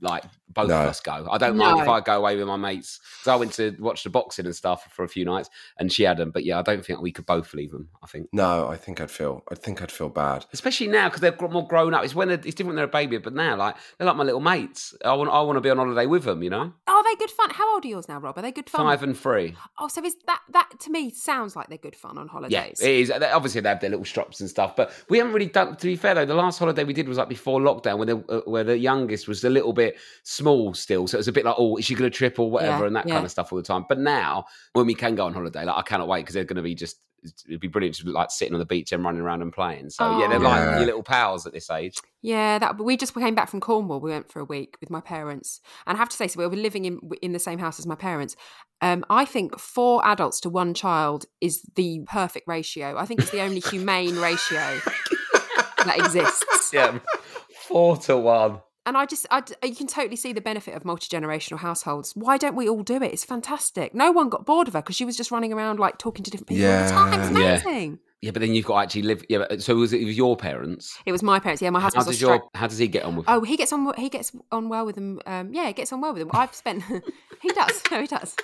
Like both
No.
of us go. I don't mind if
No.
I go away with my mates because I went to watch the boxing and stuff for a few nights, and she had them. But yeah, I don't think we could both leave them. I think,
No, I think I'd feel. I think I'd feel bad.
especially now because they're gr- more grown up. It's when they're, it's different when they're a baby, but now like they're like my little mates. I want I want to be on holiday with them. You know,
oh, Are they good fun? How old are yours now, Rob? Are they good fun?
five and three.
Oh, so is that that to me sounds like they're good fun on holidays?
Yeah, it is. They- Obviously, they have their little strops and stuff, but we haven't really done. To be fair, though, the last holiday we did was like before lockdown, where the uh, where the youngest was a little bit small still, so it was a bit like, oh, is she going to trip or whatever,
Yeah,
and that
yeah.
kind of stuff all the time. But now, when we can go on holiday, like I cannot wait because they're going to be just it'd be brilliant, just like sitting on the beach and running around and playing. So Oh, yeah, they're
Aw.
like
Yeah.
your little pals at this age.
Yeah, that we just came back from Cornwall. We went for a week with my parents, and I have to say, so we were living in in the same house as my parents. Um, I think four adults to one child is the perfect ratio. I think it's the only humane ratio that exists.
Yeah, four to one.
And I just, I, you can totally see the benefit of multi generational households. Why don't we all do it? It's fantastic. No one got bored of her because she was just running around like talking to different people all the time. It's
Yeah. Yeah.
amazing.
Yeah, but then you've got to actually live. Yeah, but- uh, so was it, it was your parents?
It was my parents. Yeah, my
How
husband's
does
Austra-
your how does he get on with?
Oh, he gets on. He gets on well with them. Um, yeah, he gets on well with them. I've spent. he does. No, he does.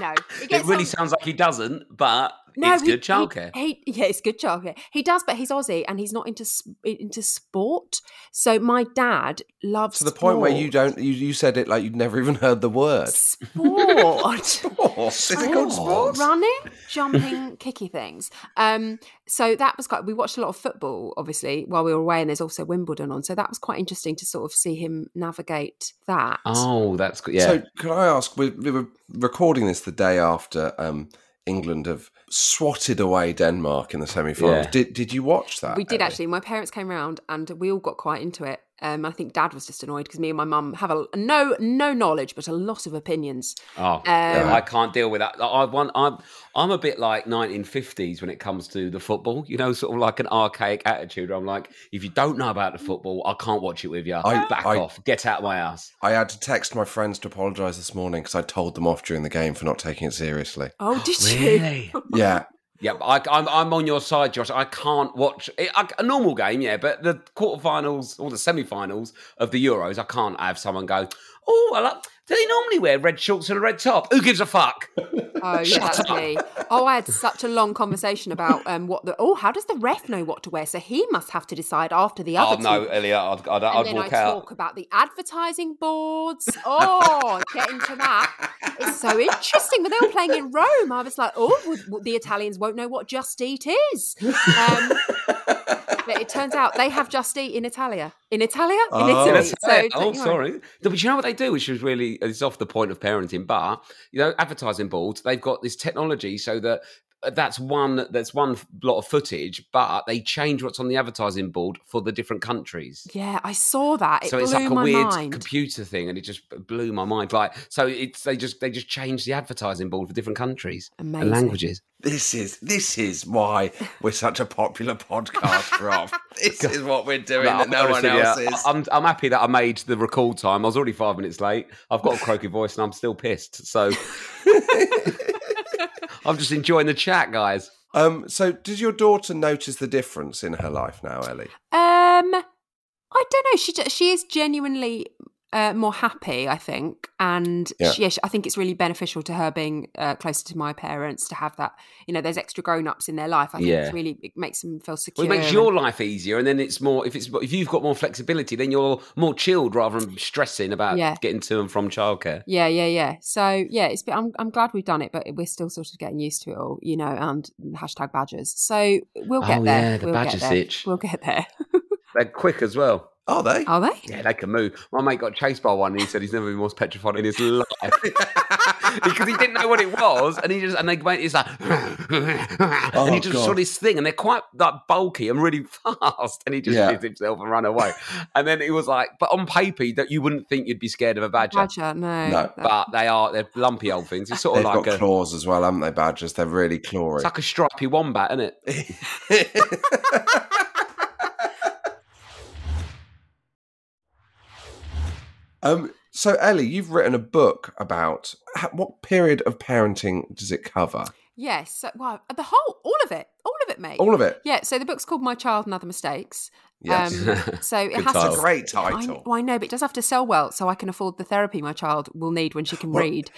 No, he
it
gets
really
on-
sounds like he doesn't, but
No,
it's
he-
good childcare.
He, he, yeah, it's good childcare. He does, but he's Aussie and he's not into s- into sport. So my dad loves
To the point where you
sport.
don't. You, you said it like you'd never even heard the word.
sport.
Sports. Is it called sports?
Running, jumping, kicky things. Um, so that was quite. We watched a lot of football, obviously, while we were away, and there's also Wimbledon on. So that was quite interesting to sort of see him navigate that.
Ah,
Oh, that's good. Yeah.
So, could I ask? We, we were recording this the day after um, England have swatted away Denmark in the semi-finals.
Yeah.
Did Did you watch that?
We did
Ellie?
actually. My parents came round and we all got quite into it. Um, I think Dad was just annoyed because me and my mum have a no no knowledge but a lot of opinions.
Oh,
Um,
I can't deal with that. Like, I want, I'm, I'm a bit like 1950s when it comes to the football. You know, sort of like an archaic attitude. where I'm like, if you don't know about the football, I can't watch it with you.
I-
Back
I-
off. Get out of my house.
I had to text my friends to apologise this morning because I told them off during the game for not taking it seriously.
Oh, did you?
Really?
Yeah,
Yeah, I, I'm I'm on your side, Josh. I can't watch I- I- a normal game, yeah, but the quarterfinals or the semi-finals of the Euros, I can't have someone go. Oh, well, uh, do they normally wear red shorts and a red top? Who gives a fuck?
Oh, yeah, that's me. Oh, I had such a long conversation about um, what the. Oh, how does the ref know what to wear? So he must have to decide after the
Oh
other.
no,
two.
Elliot, I'd, I'd,
And
I'd
then
walk
I
out.
talk about the advertising boards. Oh, getting to that. It's so interesting. When they were playing in Rome, I was like, oh, w- w- the Italians won't know what Just Eat is. Um, but it turns out they have Just Eat in Italia. In Italia? In
Oh.
Italy.
That's
So,
Yeah,
don't
oh,
you worry.
sorry. No, But you know what they do, which is really it's off the point of parenting. But you know, advertising boards they've got this technology so that uh, that's one that's one lot of footage, but they change what's on the advertising board for the different countries.
Yeah, I saw that. It
so
blew
it's like a
my
weird
mind.
computer thing, and it just blew my mind. Like, so it's they just they just change the advertising board for different countries
Amazing.
and languages.
This is this is why we're such a popular podcast, Rob. This is what we're doing
But
that
I'm
no one
honestly, yeah,
else is.
I- I'm, I'm happy that I made the recall time. I was already five minutes late. I've got a croaky voice and I'm still pissed. So I'm just enjoying the chat, guys.
Um, so, does your daughter notice the difference in her life now, Ellie?
Um, I don't know. She d- she is genuinely uh, more happy, I think, and
Yeah.
she, yeah, she- I think it's really beneficial to her being uh, closer to my parents to have that. You know, there's extra grown ups in their life. I think
Yeah.
it's really it makes them feel secure.
Well, it makes
and-
your life easier, and then it's more if it's if you've got more flexibility, then you're more chilled rather than stressing about
Yeah.
getting to and from childcare.
yeah, yeah, yeah. So yeah, it's been, I'm I'm glad we've done it, but we're still sort of getting used to it all, you know. And hashtag badgers. So we'll get
Oh,
there.
yeah, the
we'll
badger
get there.
sitch.
We'll get there.
They're quick as well.
Are they?
Are they?
Yeah, they can move. My mate got chased by one, and he said he's never been more petrified in his life because he didn't know what it was, and he just and they went, he's like, and he just saw
Oh, God.
this thing, and they're quite like bulky and really fast, and he just
Yeah.
hid himself and ran away, and then he was like, but on paper that you wouldn't think you'd be scared of a badger,
Badger? No.
No,
but they are they're lumpy old things. It's sort
They've
of like
got
a
claws as well, haven't they, Badgers? They're really clawy.
it's like a stripy wombat, isn't it?
um, so, Ellie, you've written a book about ha- what period of parenting does it cover?
Yes. So, well, uh, the whole, all of it, all of it, mate.
All of it.
Yeah, so the book's called My Child and Other Mistakes. Um,
Yes.
so it
Good
has
title.
to
Great
I-
title.
well, I know, but it does have to sell well, so I can afford the therapy my child will need when she can
Well,
read.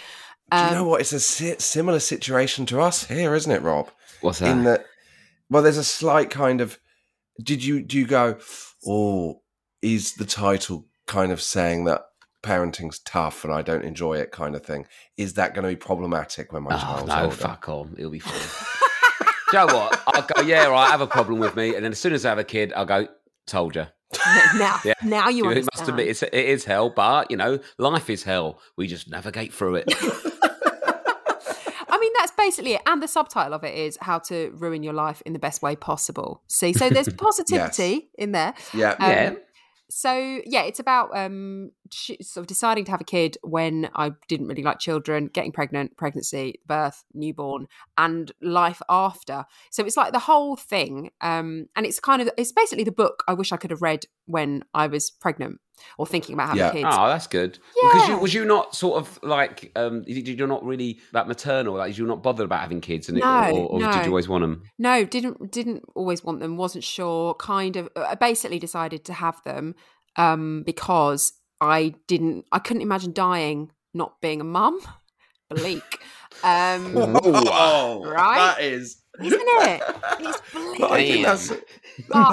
Do you know
Um,
what? It's a si- similar situation to us here, isn't it, Rob?
What's
In that, well, there's a slight kind of. Did you do you go? Oh, is the title kind of saying that parenting's tough and I don't enjoy it, kind of thing? Is that going to be problematic when my
Oh,
child's
no,
older?
fuck on. It'll be fine. Do you know what? I'll go, yeah, right, have a problem with me. And then as soon as I have a kid, I'll go, told you.
now,
Yeah.
now you
You
understand.
must admit, it's, it is hell, but, you know, life is hell. We just navigate through it.
I mean, that's basically it. And the subtitle of it is How to Ruin Your Life in the Best Way Possible. See, so there's positivity in there.
Yeah,
Um,
Yeah.
So yeah, it's about um ch- sort of deciding to have a kid when I didn't really like children, getting pregnant, pregnancy, birth, newborn, and life after. So it's like the whole thing. Um, and it's kind of it's basically the book I wish I could have read when I was pregnant or thinking about having
Yeah.
kids.
Oh, that's good. Because you,
Yeah.
was you not sort of like, um, you- you're not really that maternal, like you're not bothered about having kids, and
No,
it, or, or
no.
did you always want them?
No, didn't didn't always want them. Wasn't sure. Kind of. I basically decided to have them um, because I didn't. I couldn't imagine dying not being a mum. Bleak. Um,
Whoa,
Right?
That is.
isn't it? It's bleak.
But I think that's,
But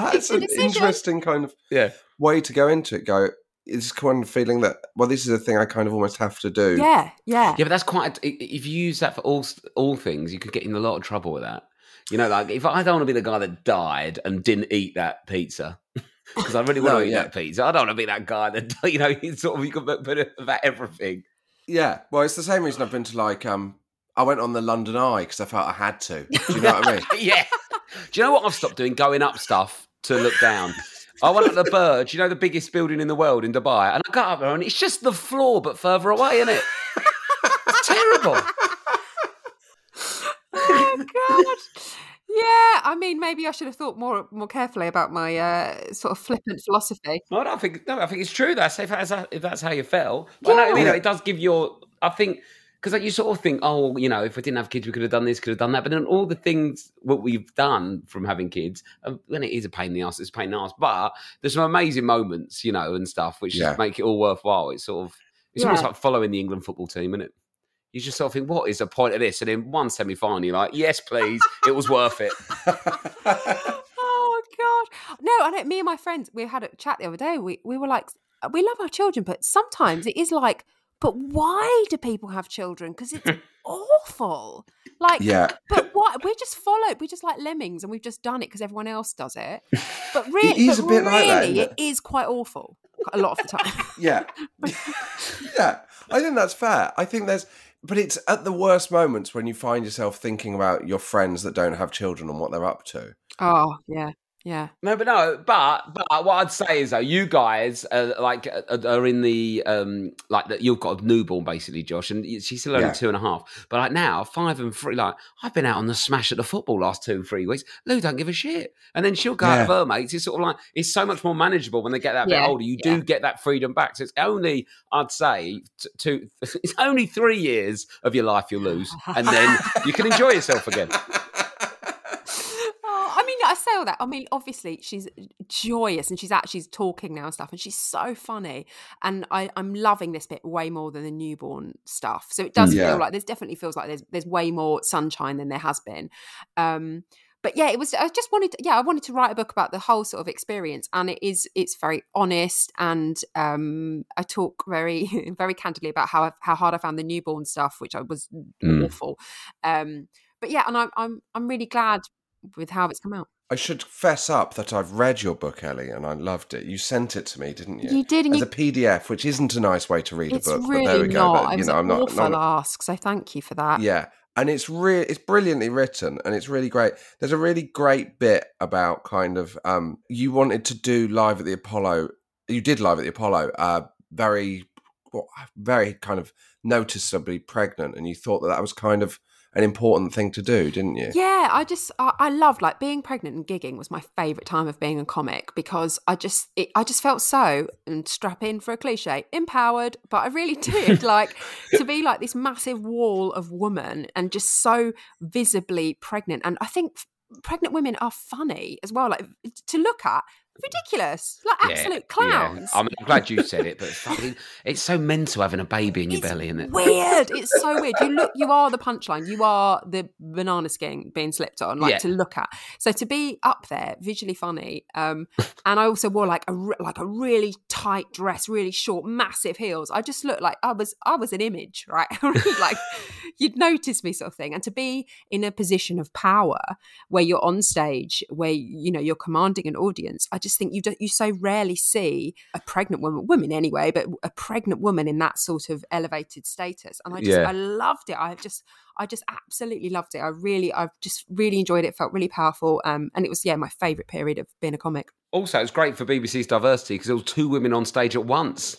that's
it's a
an
decision.
interesting kind of
Yeah.
way to go into it. Go, it's kind of feeling that well, this is a thing I kind of almost have to do.
yeah, yeah,
Yeah, but that's quite. i- If you use that for all s- all things, you could get in a lot of trouble with that. You know, like if I don't want to be the guy that died and didn't eat that pizza because I really want
No,
to eat
yeah.
that pizza. I don't want to be that guy that you know. You sort of you can put it about everything.
Yeah, well, it's the same reason I've been to like um, I went on the London Eye because I felt I had to. Do you know what I mean?
yeah. Do you know what I've stopped doing? Going up stuff to look down. I went up the Burj, you know, the biggest building in the world in Dubai, and I got up there and it's just the floor but further away, isn't it? It's terrible.
Oh god. Yeah, I mean, maybe I should have thought more more carefully about my uh, sort of flippant philosophy.
No, I don't think. No, I think it's true. That's if that's if that's how you felt. But no, you know, it does give your. I think because like you sort of think, oh, you know, if we didn't have kids, we could have done this, could have done that. But then all the things what we've done from having kids, um, then it is a pain in the ass. It's a pain in the ass, but there's some amazing moments, you know, and stuff which
Yeah.
just make it all worthwhile. It's sort of it's almost
Yeah.
like following the England football team, isn't it? You just sort of think, what is the point of this? And in one semi final, you're like, yes, please, it was worth it.
oh god no i know me and my friends we had a chat the other day we, we were like uh, we love our children but sometimes it is like but why do people have children because it's awful like
Yeah.
but what we're just followed we're just like lemmings and we've just done it because everyone else does it but, rea-
It is
but
a bit like that,
really
isn't
it is quite awful a lot of the time
Yeah. yeah. I think that's fair. I think there's, but it's at the worst moments when you find yourself thinking about your friends that don't have children and what they're up to.
oh yeah yeah
No, but no, but but what I'd say is though, you guys uh, like uh, are in the um like that you've got a newborn basically, Josh, and she's still only
Yeah.
two and a half. But like now, five and three, like I've been out on the smash at the football last two three weeks. Lou don't give a shit, and then she'll go out with her mates. It's sort of like it's so much more manageable when they get that
Yeah,
bit older. You
yeah.
do get that freedom back. So it's only I'd say t- two. It's only three years of your life you'll lose, and then you can enjoy yourself again.
Oh, I mean, I say all that. I mean, obviously, she's joyous and she's out, she's talking now and stuff, and she's so funny. And I, I'm loving this bit way more than the newborn stuff. So it does
Yeah.
feel like there's definitely feels like there's there's way more sunshine than there has been. Um, but yeah, it was. I just wanted, to, yeah, I wanted to write a book about the whole sort of experience, and it is. It's very honest, and um, I talk very, very candidly about how how hard I found the newborn stuff, which I was
Mm.
awful. Um, but yeah, and I'm I'm I'm really glad with how it's come out.
I should fess up that I've read your book, Ellie, and I loved it. You sent it to me, didn't you?
You did, and
As
you,
a PDF, which isn't a nice way to read
it's
a book,
really
but there we go.
not.
But,
it
you
was
know,
an
I'm not,
awful
not-
ask, so thank you for that.
Yeah. And it's real it's brilliantly written and it's really great. There's a really great bit about kind of um you wanted to do live at the Apollo. You did live at the Apollo. Uh very well, very kind of noticeably pregnant and you thought that that was kind of an important thing to do, didn't you?
Yeah, I just I, I loved like being pregnant and gigging was my favorite time of being a comic because I just it, I just felt so and strap in for a cliche empowered, but I really did like to be like this massive wall of woman and just so visibly pregnant. And I think f- pregnant women are funny as well, like to look at ridiculous, like
Yeah,
absolute
yeah.
clowns.
I mean, I'm glad you said it, but fucking, it's so mental having a baby in your
It's
belly, isn't it?
Weird. It's so weird. You look. You are the punchline. You are the banana skin being slipped on, like
Yeah.
to look at. So to be up there, visually funny. Um, and I also wore like a re- like a really tight dress, really short, massive heels. I just looked like I was I was an image, right? like you'd notice me, sort of thing. And to be in a position of power where you're on stage, where you know you're commanding an audience, I just think you don't you so rarely see a pregnant woman, women anyway, but a pregnant woman in that sort of elevated status. And I just
Yeah.
I loved it. I just I just absolutely loved it. I really I've just really enjoyed it. Felt really powerful. Um, and it was yeah my favorite period of being a comic.
Also, it's great for BBC's diversity because there were two women on stage at once.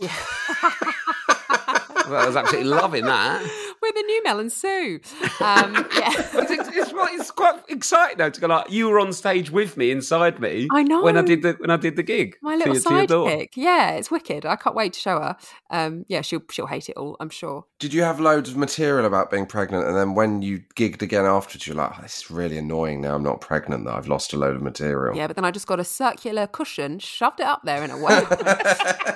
Well, I was absolutely loving that.
With the new Mel and Sue. Um, yeah.
It's, it's, it's quite- it's quite exciting though to go like you were on stage with me inside me.
I know.
when I did the when I did the gig.
My
to
little
your- to your daughter.
sidekick. Yeah, it's wicked. I can't wait to show her. Um, yeah, she'll she'll hate it all, I'm sure.
Did you have loads of material about being pregnant and then when you gigged again afterwards you're like, oh, this is really annoying now I'm not pregnant that I've lost a load of material.
Yeah, but then I just got a circular cushion, shoved it up there in a way.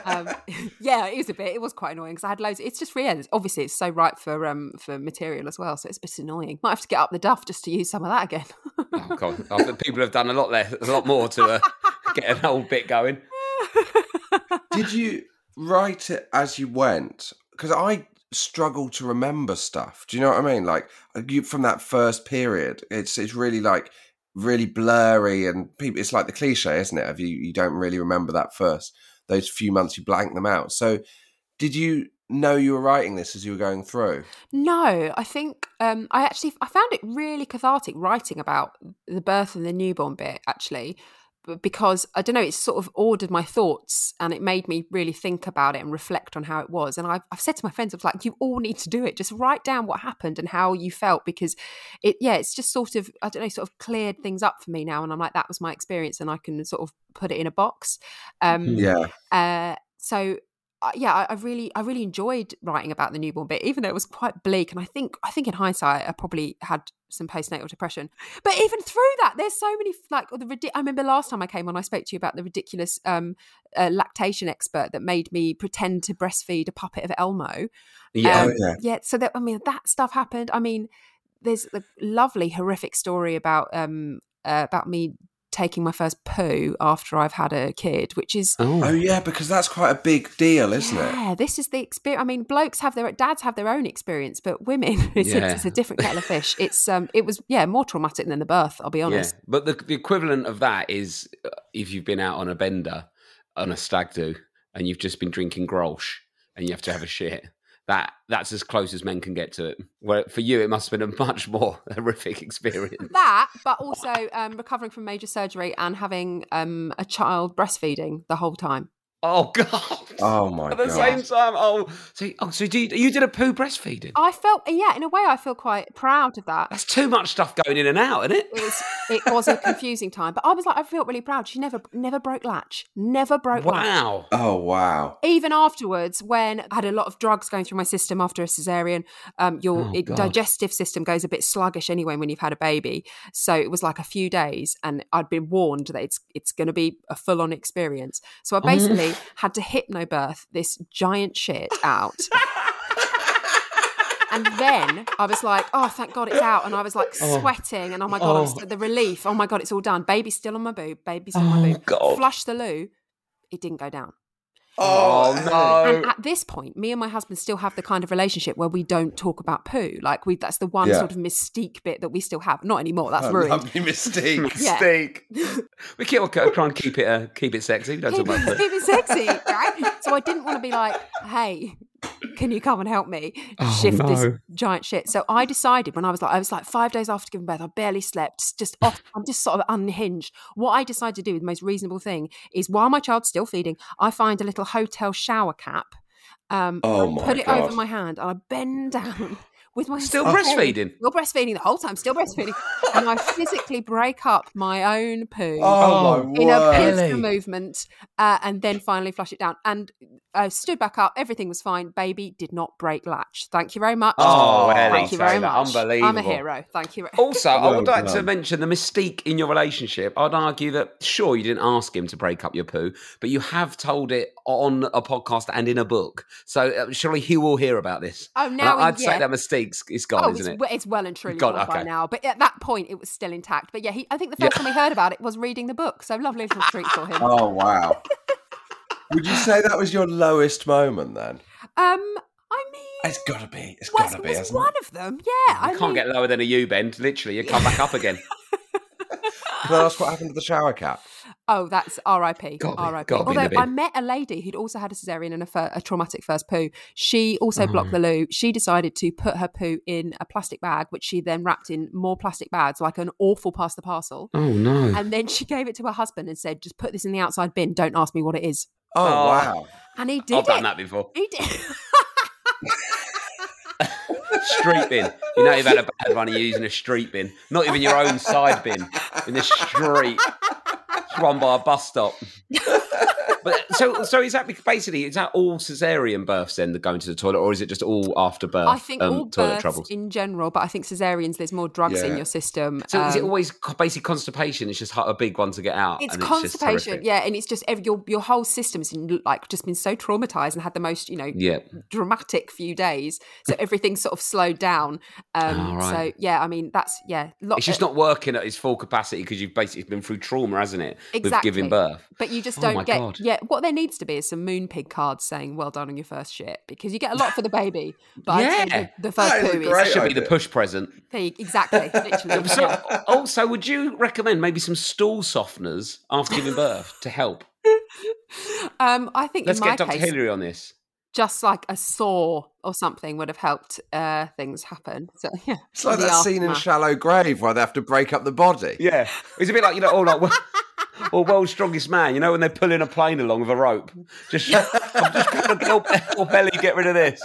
um, yeah, it was a bit. It was quite annoying because I had loads. It's just yeah, it's- obviously it's so right for um for material as well, so it's a bit annoying. Might have to get up the duff just to use some of that again.
Oh god, I think people have done a lot less, a lot more to uh, get an old bit going.
Did you write it as you went? Because I struggle to remember stuff. Do you know what I mean? Like you, from that first period, it's it's really like really blurry and people. It's like the cliche, isn't it? Of you, you don't really remember that first those few months. You blank them out. So, did you know you were writing this as you were going through?
No, I think um, I actually I found it really cathartic writing about the birth and the newborn bit actually, b- because I don't know it sort of ordered my thoughts and it made me really think about it and reflect on how it was. And I've, I've said to my friends, I was like, you all need to do it. Just write down what happened and how you felt because it yeah it's just sort of I don't know sort of cleared things up for me now. And I'm like that was my experience and I can sort of put it in a box. Um,
Yeah,
uh, so uh, yeah, I, I really, I really enjoyed writing about the newborn bit, even though it was quite bleak. And I think, I think in hindsight, I probably had some postnatal depression. But even through that, there's so many like the ridic- I remember last time I came on, I spoke to you about the ridiculous um, uh, lactation expert that made me pretend to breastfeed a puppet of Elmo.
Yeah.
Um,
Oh, yeah.
So that I mean, that stuff happened. I mean, there's the lovely horrific story about um uh, about me taking my first poo after I've had a kid, which is
Oh yeah, because that's quite a big deal, isn't it?
yeah, this is the experience. I mean, blokes have their dads have their own experience, but women it's,
Yeah.
a, it's a different kettle of fish. It's um, it was yeah more traumatic than the birth. I'll be honest.
Yeah, but the, the equivalent of that is uh, if you've been out on a bender, on a stag do, and you've just been drinking grolsch and you have to have a shit. That that's as close as men can get to it. Where for you, it must have been a much more horrific experience.
That, but also um, recovering from major surgery and having um, a child breastfeeding the whole time.
Oh god!
Oh my
At the
god.
same time, oh, so oh, so do you, you did a poo breastfeeding?
I felt uh, yeah, in a way, I feel quite proud of that.
That's too much stuff going in and out, isn't it?
It was it was a confusing time, but I was like, I felt really proud. She never never broke latch, never broke latch.
Wow.
Oh wow.
even afterwards, when I had a lot of drugs going through my system after a cesarean, um, your
Oh,
it-
God.
digestive system goes a bit sluggish anyway when you've had a baby. So it was like a few days, and I'd been warned that it's it's going to be a full on experience. So I basically had to hypnobirth this giant shit out. And then I was like, oh, thank God it's out. And I was like sweating. And oh my God, I was- the relief. Oh my God, it's all done. Baby's still on my boob. Baby's on my boob. Flush the loo. It didn't go down.
Oh,
And at this point, me and my husband still have the kind of relationship where we don't talk about poo. Like we, that's the one
Yeah. Uh,
sort of mystique bit that we still have. Not anymore. That's
a
ruined.
lovely mistake.
Yeah.
Steak. we keep, we'll try and keep it, uh, keep it sexy. Don't talk
Keep
about
it,
it.
keep it sexy, right? So I didn't want to be like, "Hey, can you come and help me shift this giant shit?" So I decided when I was like, I was like five days after giving birth, I barely slept, just off, I'm just sort of unhinged. What I decided to do, the most reasonable thing, is while my child's still feeding, I find a little hotel shower cap. Um,
Oh
and I
my
put it over
God.
my hand and I bend down with my
Still
hand-
breastfeeding?
Still breastfeeding the whole time. Still breastfeeding, and I physically break up my own poo
Oh, my
in a
word.
pincer movement, uh, and then finally flush it down. And uh, stood back up. Everything was fine. Baby did not break latch. Thank you very much.
Oh,
thank
Ellie
you very
Taylor,
much. I'm a
unbelievable.
hero. Thank you.
Also, I would
Well
like to
done.
mention the mystique in your relationship. I'd argue that sure you didn't ask him to break up your poo, but you have told it on a podcast and in a book. So uh, surely he will hear about this.
Oh, now
And I-
he-
I'd
yeah.
say that mystique's is gone,
Oh, it's,
isn't it?
we- it's well and truly
God,
gone by
okay.
now. But at that point, it was still intact. But yeah, he, I think the first time he heard about it was reading the book. So lovely little treat for him.
Oh wow. Would you say that was your lowest moment then?
Um, I mean,
It's gotta be. It's
was,
gotta be,
was
hasn't
one
it?
of them. Yeah, I
you can't
mean,
get lower than a U bend. Literally, you come back up again.
Can I ask what happened to the shower cap?
Oh, that's R.I.P.
Gotta be-
R.I.P.
gotta be
Although
the bin.
I met a lady who'd also had a cesarean and a, fir- a traumatic first poo. She also
Mm.
blocked the loo. She decided to put her poo in a plastic bag, which she then wrapped in more plastic bags, like an awful pass the parcel.
Oh no!
And then she gave it to her husband and said, "Just put this in the outside bin. Don't ask me what it is."
Oh,
Oh.
wow.
And he did
I've done
it.
that before.
He did.
Street bin. You know you've had a bad run of using a street bin, not even your own side bin in the street. It's run by a bus stop. but so so is that bec- basically is that all cesarean births then the going to the toilet, or is it just all after birth?
I think all
Um, toilet
births
troubles.
in general, but I think cesareans, there's more drugs in
Yeah.
your system.
so is it
Um,
always co- basically constipation? It's just ho- a big one to get out.
it's
and just
constipation,
horrific?
yeah, and it's just every, your your whole system's in, like just been so traumatized and had the most, you know,
Yeah.
dramatic few days. So everything sort of slowed down. Um,
Ah, right.
So yeah, I mean that's yeah. uh, Lot,
It's just not working at its full capacity because you've basically been through trauma, hasn't it?
Exactly.
With giving birth.
But you just
Oh
don't
my
get
God.
yeah. What there needs to be is some moon pig cards saying "Well done on your first shit" because you get a lot for the baby, but I'd say
Yeah.
the, the first
That is
poo
great.
That
is
should be
idea.
the push present.
there you- exactly literally. yeah.
So, also, would you recommend maybe some stool softeners after giving birth to help?
Um, I think
Let's
in my
get Dr.
case,
Hillary on this.
just like a saw or something would have helped uh, things happen. So yeah,
It's like
the
that scene in
aftermath.
Shallow Grave where they have to break up the body.
Yeah, it's a bit like you know, all like. Or world's strongest man, you know, when they're pulling a plane along with a rope. Just, I'm just trying to help, help Ellie get rid of this.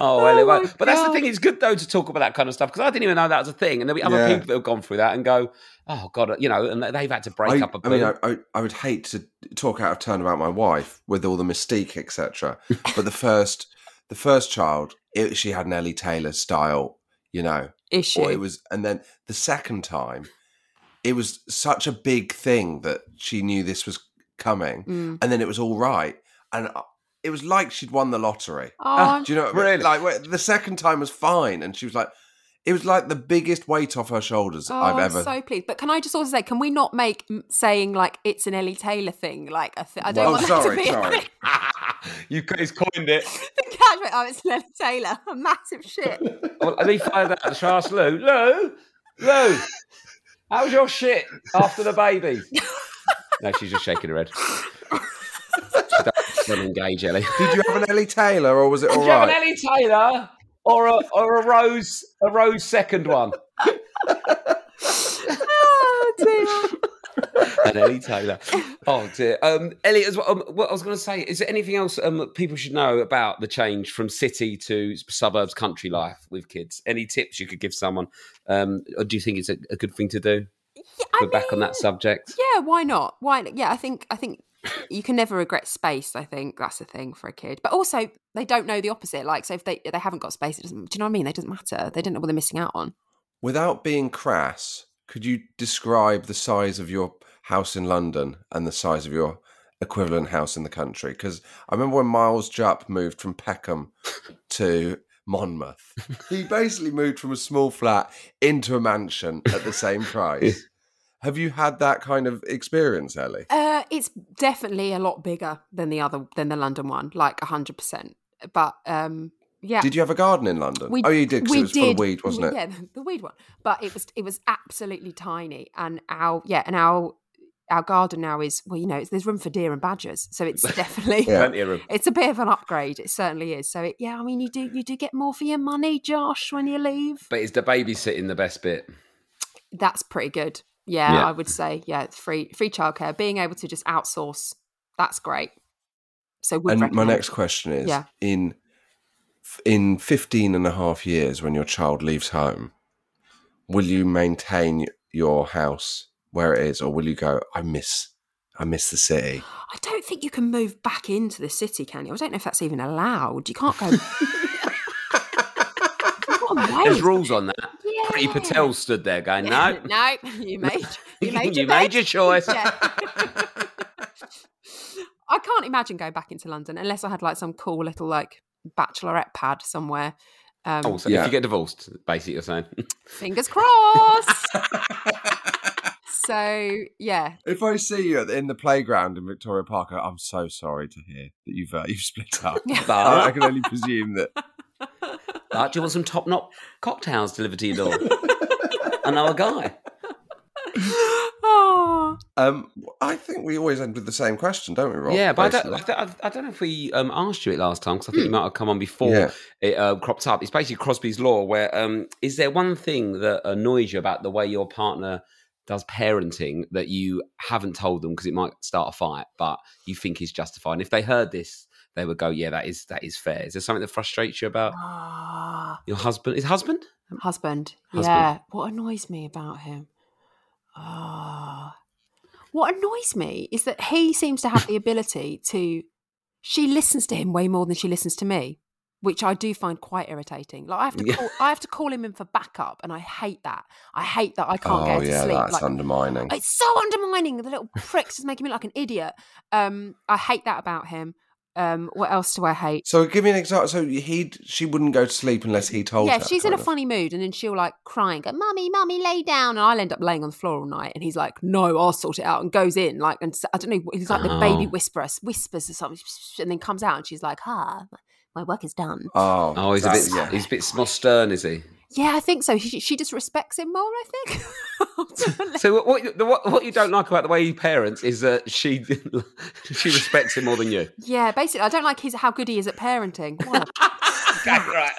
Oh well, it
Oh, my
won't. But that's the
God.
thing. It's good though to talk about that kind of stuff because I didn't even know that was a thing, and there'll be other
Yeah.
people that have gone through that and go, "Oh God," you know, and they've had to break
I,
up a
I
boo.
mean, I, I, I would hate to talk out of turn about my wife with all the mystique, etc. But the first, the first child, it, she had an Ellie Taylor style, you know.
issue.
Or it was, and then the second time, it was such a big thing that she knew this was coming,
Mm.
and then it was all right, and I- it was like she'd won the lottery.
Oh,
Do you know what I mean?
Really?
Like where- the second time was fine, and she was like, it was like the biggest weight off her shoulders
Oh,
I've
I'm
ever.
so pleased. But can I just also say, can we not make m- saying like it's an Ellie Taylor thing like a thing? I don't
Oh,
want
sorry,
that to be
sorry.
A thing.
you c- it's coined it.
The catchphrase, oh, it's an Ellie Taylor. A massive shit.
Well, let me find out. Shall I ask Lou? Lou, Lou, how's your shit after the baby? no, she's just shaking her head. she doesn't engage Ellie.
Did you have an Ellie Taylor, or was it all
Did you have an
right?
Ellie Taylor or a or a Rose a Rose second one?
oh, dear.
and Ellie Taylor. Oh dear, um, Ellie. As well, um, what I was going to say is there anything else um, that people should know about the change from city to suburbs, country life with kids? Any tips you could give someone? Um, or do you think it's a, a good thing to do?
Yeah, I
We're back on
mean,
that subject.
Yeah, why not? Why? Yeah, I think I think you can never regret space. I think that's the thing for a kid. But also, they don't know the opposite. Like, so if they they haven't got space, it doesn't. Do you know what I mean? They doesn't matter. They don't know what they're missing out on.
Without being crass, could you describe the size of your house in London and the size of your equivalent house in the country? Because I remember when Miles Jupp moved from Peckham to Monmouth, he basically moved from a small flat into a mansion at the same price. Have you had that kind of experience, Ellie?
Uh, it's definitely a lot bigger than the other than the London one, like hundred percent. But um, yeah,
Did you have a garden in London?
We-
oh, you did. 'cause
we
it was full of
did.
weed, wasn't it?
Yeah, the, the weed one. But it was it was absolutely tiny, and our yeah, and our our garden now is well, you know, it's, there's room for deer and badgers, so it's definitely
Yeah.
Plenty of room.
it's a bit of an upgrade. It certainly is. So it, yeah, I mean, you do you do get more for your money, Josh, when you leave.
But is the babysitting the best bit?
That's pretty good. Yeah,
Yeah.
I would say yeah, it's free free childcare, being able to just outsource, that's great. So would
and
recommend.
my next question is
Yeah.
in in 15 and a half years when your child leaves home will you maintain your house where it is or will you go i miss i miss the city
I don't think you can move back into the city, can you? I don't know if that's even allowed. You can't go. What a
There's
waste.
rules on that. Pretty
Yeah.
Patel stood there going,
Yeah,
"No,
no, you made you made your,
You made
bed.
your choice.
Yeah. I can't imagine going back into London unless I had like some cool little like bachelorette pad somewhere. Um,
Oh, so
Yeah.
if you get divorced, basically, you're saying.
Fingers crossed. so yeah,
if i see you at the- in the playground in victoria park I- i'm so sorry to hear that you've uh, you've split up I, I
But,
can only presume that
but do you want some top knot cocktails delivered to your door? I know a guy.
oh,
um i think we always end with the same question don't we Rob?
yeah, but I don't, I,
Basically. Hmm.
th- I I don't know if we um, asked you it last time because I think you might have come on before
Yeah.
it uh, cropped up. It's basically Crosby's law, where um, is there one thing that annoys you about the way your partner does parenting that you haven't told them because it might start a fight, but you think is justified? And if they heard this, they would go, "Yeah, that is that is fair." Is there something that frustrates you about
Ah,
your husband? Is husband?
husband.
Husband.
Yeah, what annoys me about him? Ah, what annoys me is that he seems to have the ability to. She listens to him way more than she listens to me, which I do find quite irritating. Like I have to,
Yeah.
call, I have to call him in for backup, and I hate that. I hate that I can't
oh
get her
yeah
to sleep.
that's
Like,
undermining
It's so undermining. The little pricks is making me look like an idiot. Um, I hate that about him. Um, what else do I hate?
So give me an example. So he, she wouldn't go to sleep unless he told
yeah,
her.
if she's in a
kind of.
funny mood and then she'll like cry and go, "Mummy, mummy, lay down," and I'll end up laying on the floor all night. And he's like, "No, I'll sort it out," and goes in like, and s- I don't know, he's like the baby
Oh.
whisperer, whispers or something, and then comes out and she's like, "Ha, my work is done."
Oh,
Oh, he's a bit
that's- yeah.
he's a bit more stern, is he?
Yeah, I think so. She, she just respects him more, I think. Ultimately.
So what- what, the- what what you don't like about the way he parents is that she she respects him more than you.
yeah, basically, I don't like his how good he is at parenting. What a
Okay, right.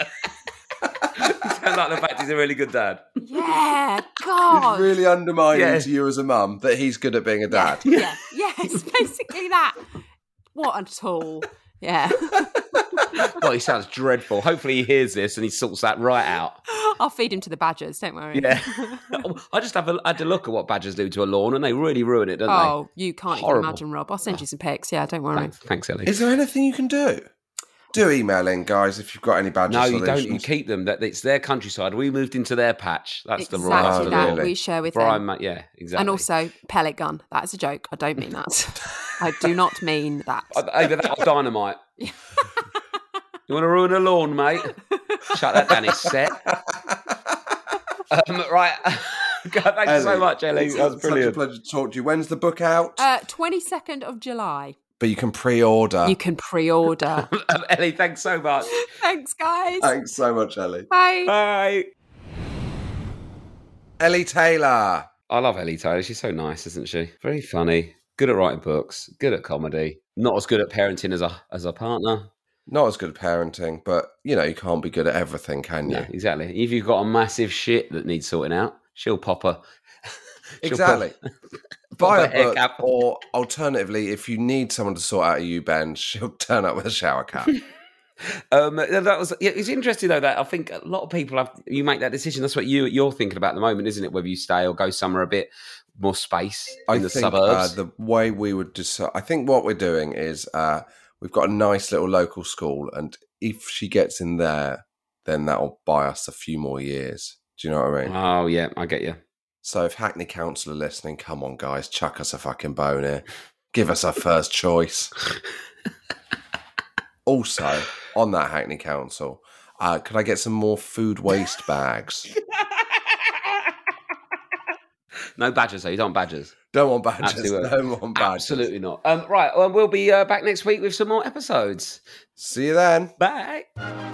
Sounds like the fact he's a really good dad.
Yeah,
It's
God.
really undermining
Yeah.
to you as a mum that he's good at being a dad.
Yeah, yeah, it's basically that. What a tool. Yeah.
God, Oh, he sounds dreadful. Hopefully, he hears this and he sorts that right out.
I'll feed him to the badgers. Don't worry.
Yeah. I just have a, had a look at what badgers do to a lawn, and they really ruin it, don't
Oh, you can't
Horrible.
even imagine, Rob. I'll send you some pics. Yeah, don't
they?
worry.
Thanks, thanks, Ellie.
Is there anything you can do? Do email in, guys, if you've got any badges.
no, you don't. You keep them. That it's their countryside. We moved into their patch. That's the right.
exactly
Oh,
that.
really?
We share with
Brian,
them.
Ma- yeah, exactly.
And also pellet gun. That is a joke. I don't mean that. I do not mean that.
either that or dynamite. you want to ruin a lawn, mate? Shut that down. It's set. Um, right. God, thank you so much, Ellie. That was brilliant.
Such a pleasure to talk to you. When's the book out?
Uh, 22nd of July.
but you can
Uh,
pre-order.
You can pre-order.
Um, Ellie, thanks so much.
Thanks, guys.
Thanks so much, Ellie.
Bye.
Bye.
Ellie Taylor.
I love Ellie Taylor. She's so nice, isn't she? Very funny. Good at writing books. Good at comedy. Not as good at parenting as a as a partner.
Not as good at parenting, but you know you can't be good at everything, can you?
Yeah, exactly. If you've got a massive shit that needs sorting out, she'll pop a. she'll pop-
Exactly.
pop
Buy a
hair
book,
cap.
or alternatively, if you need someone to sort out a you bend, she'll turn up with a shower cap.
Um, that was yeah, it's interesting though that I think a lot of people have you make that decision. That's what you you're thinking about at the moment, isn't it? Whether you stay or go somewhere a bit more space in
I
the
think uh,
suburbs.
the way we would decide, I think what we're doing is uh, we've got a nice little local school, and if she gets in there, then that'll buy us a few more years. Do you know what I mean?
oh yeah, I get you.
So if Hackney Council are listening, come on, guys, chuck us a fucking bone here. Give us our first choice. also, on that Hackney Council, uh, could I get some more food waste bags?
No badgers though. You don't want badgers.
Don't want badges.
Absolutely.
Don't want badges.
Absolutely not. Um, right, well, we'll be uh, back next week with some more episodes.
See you then.
Bye.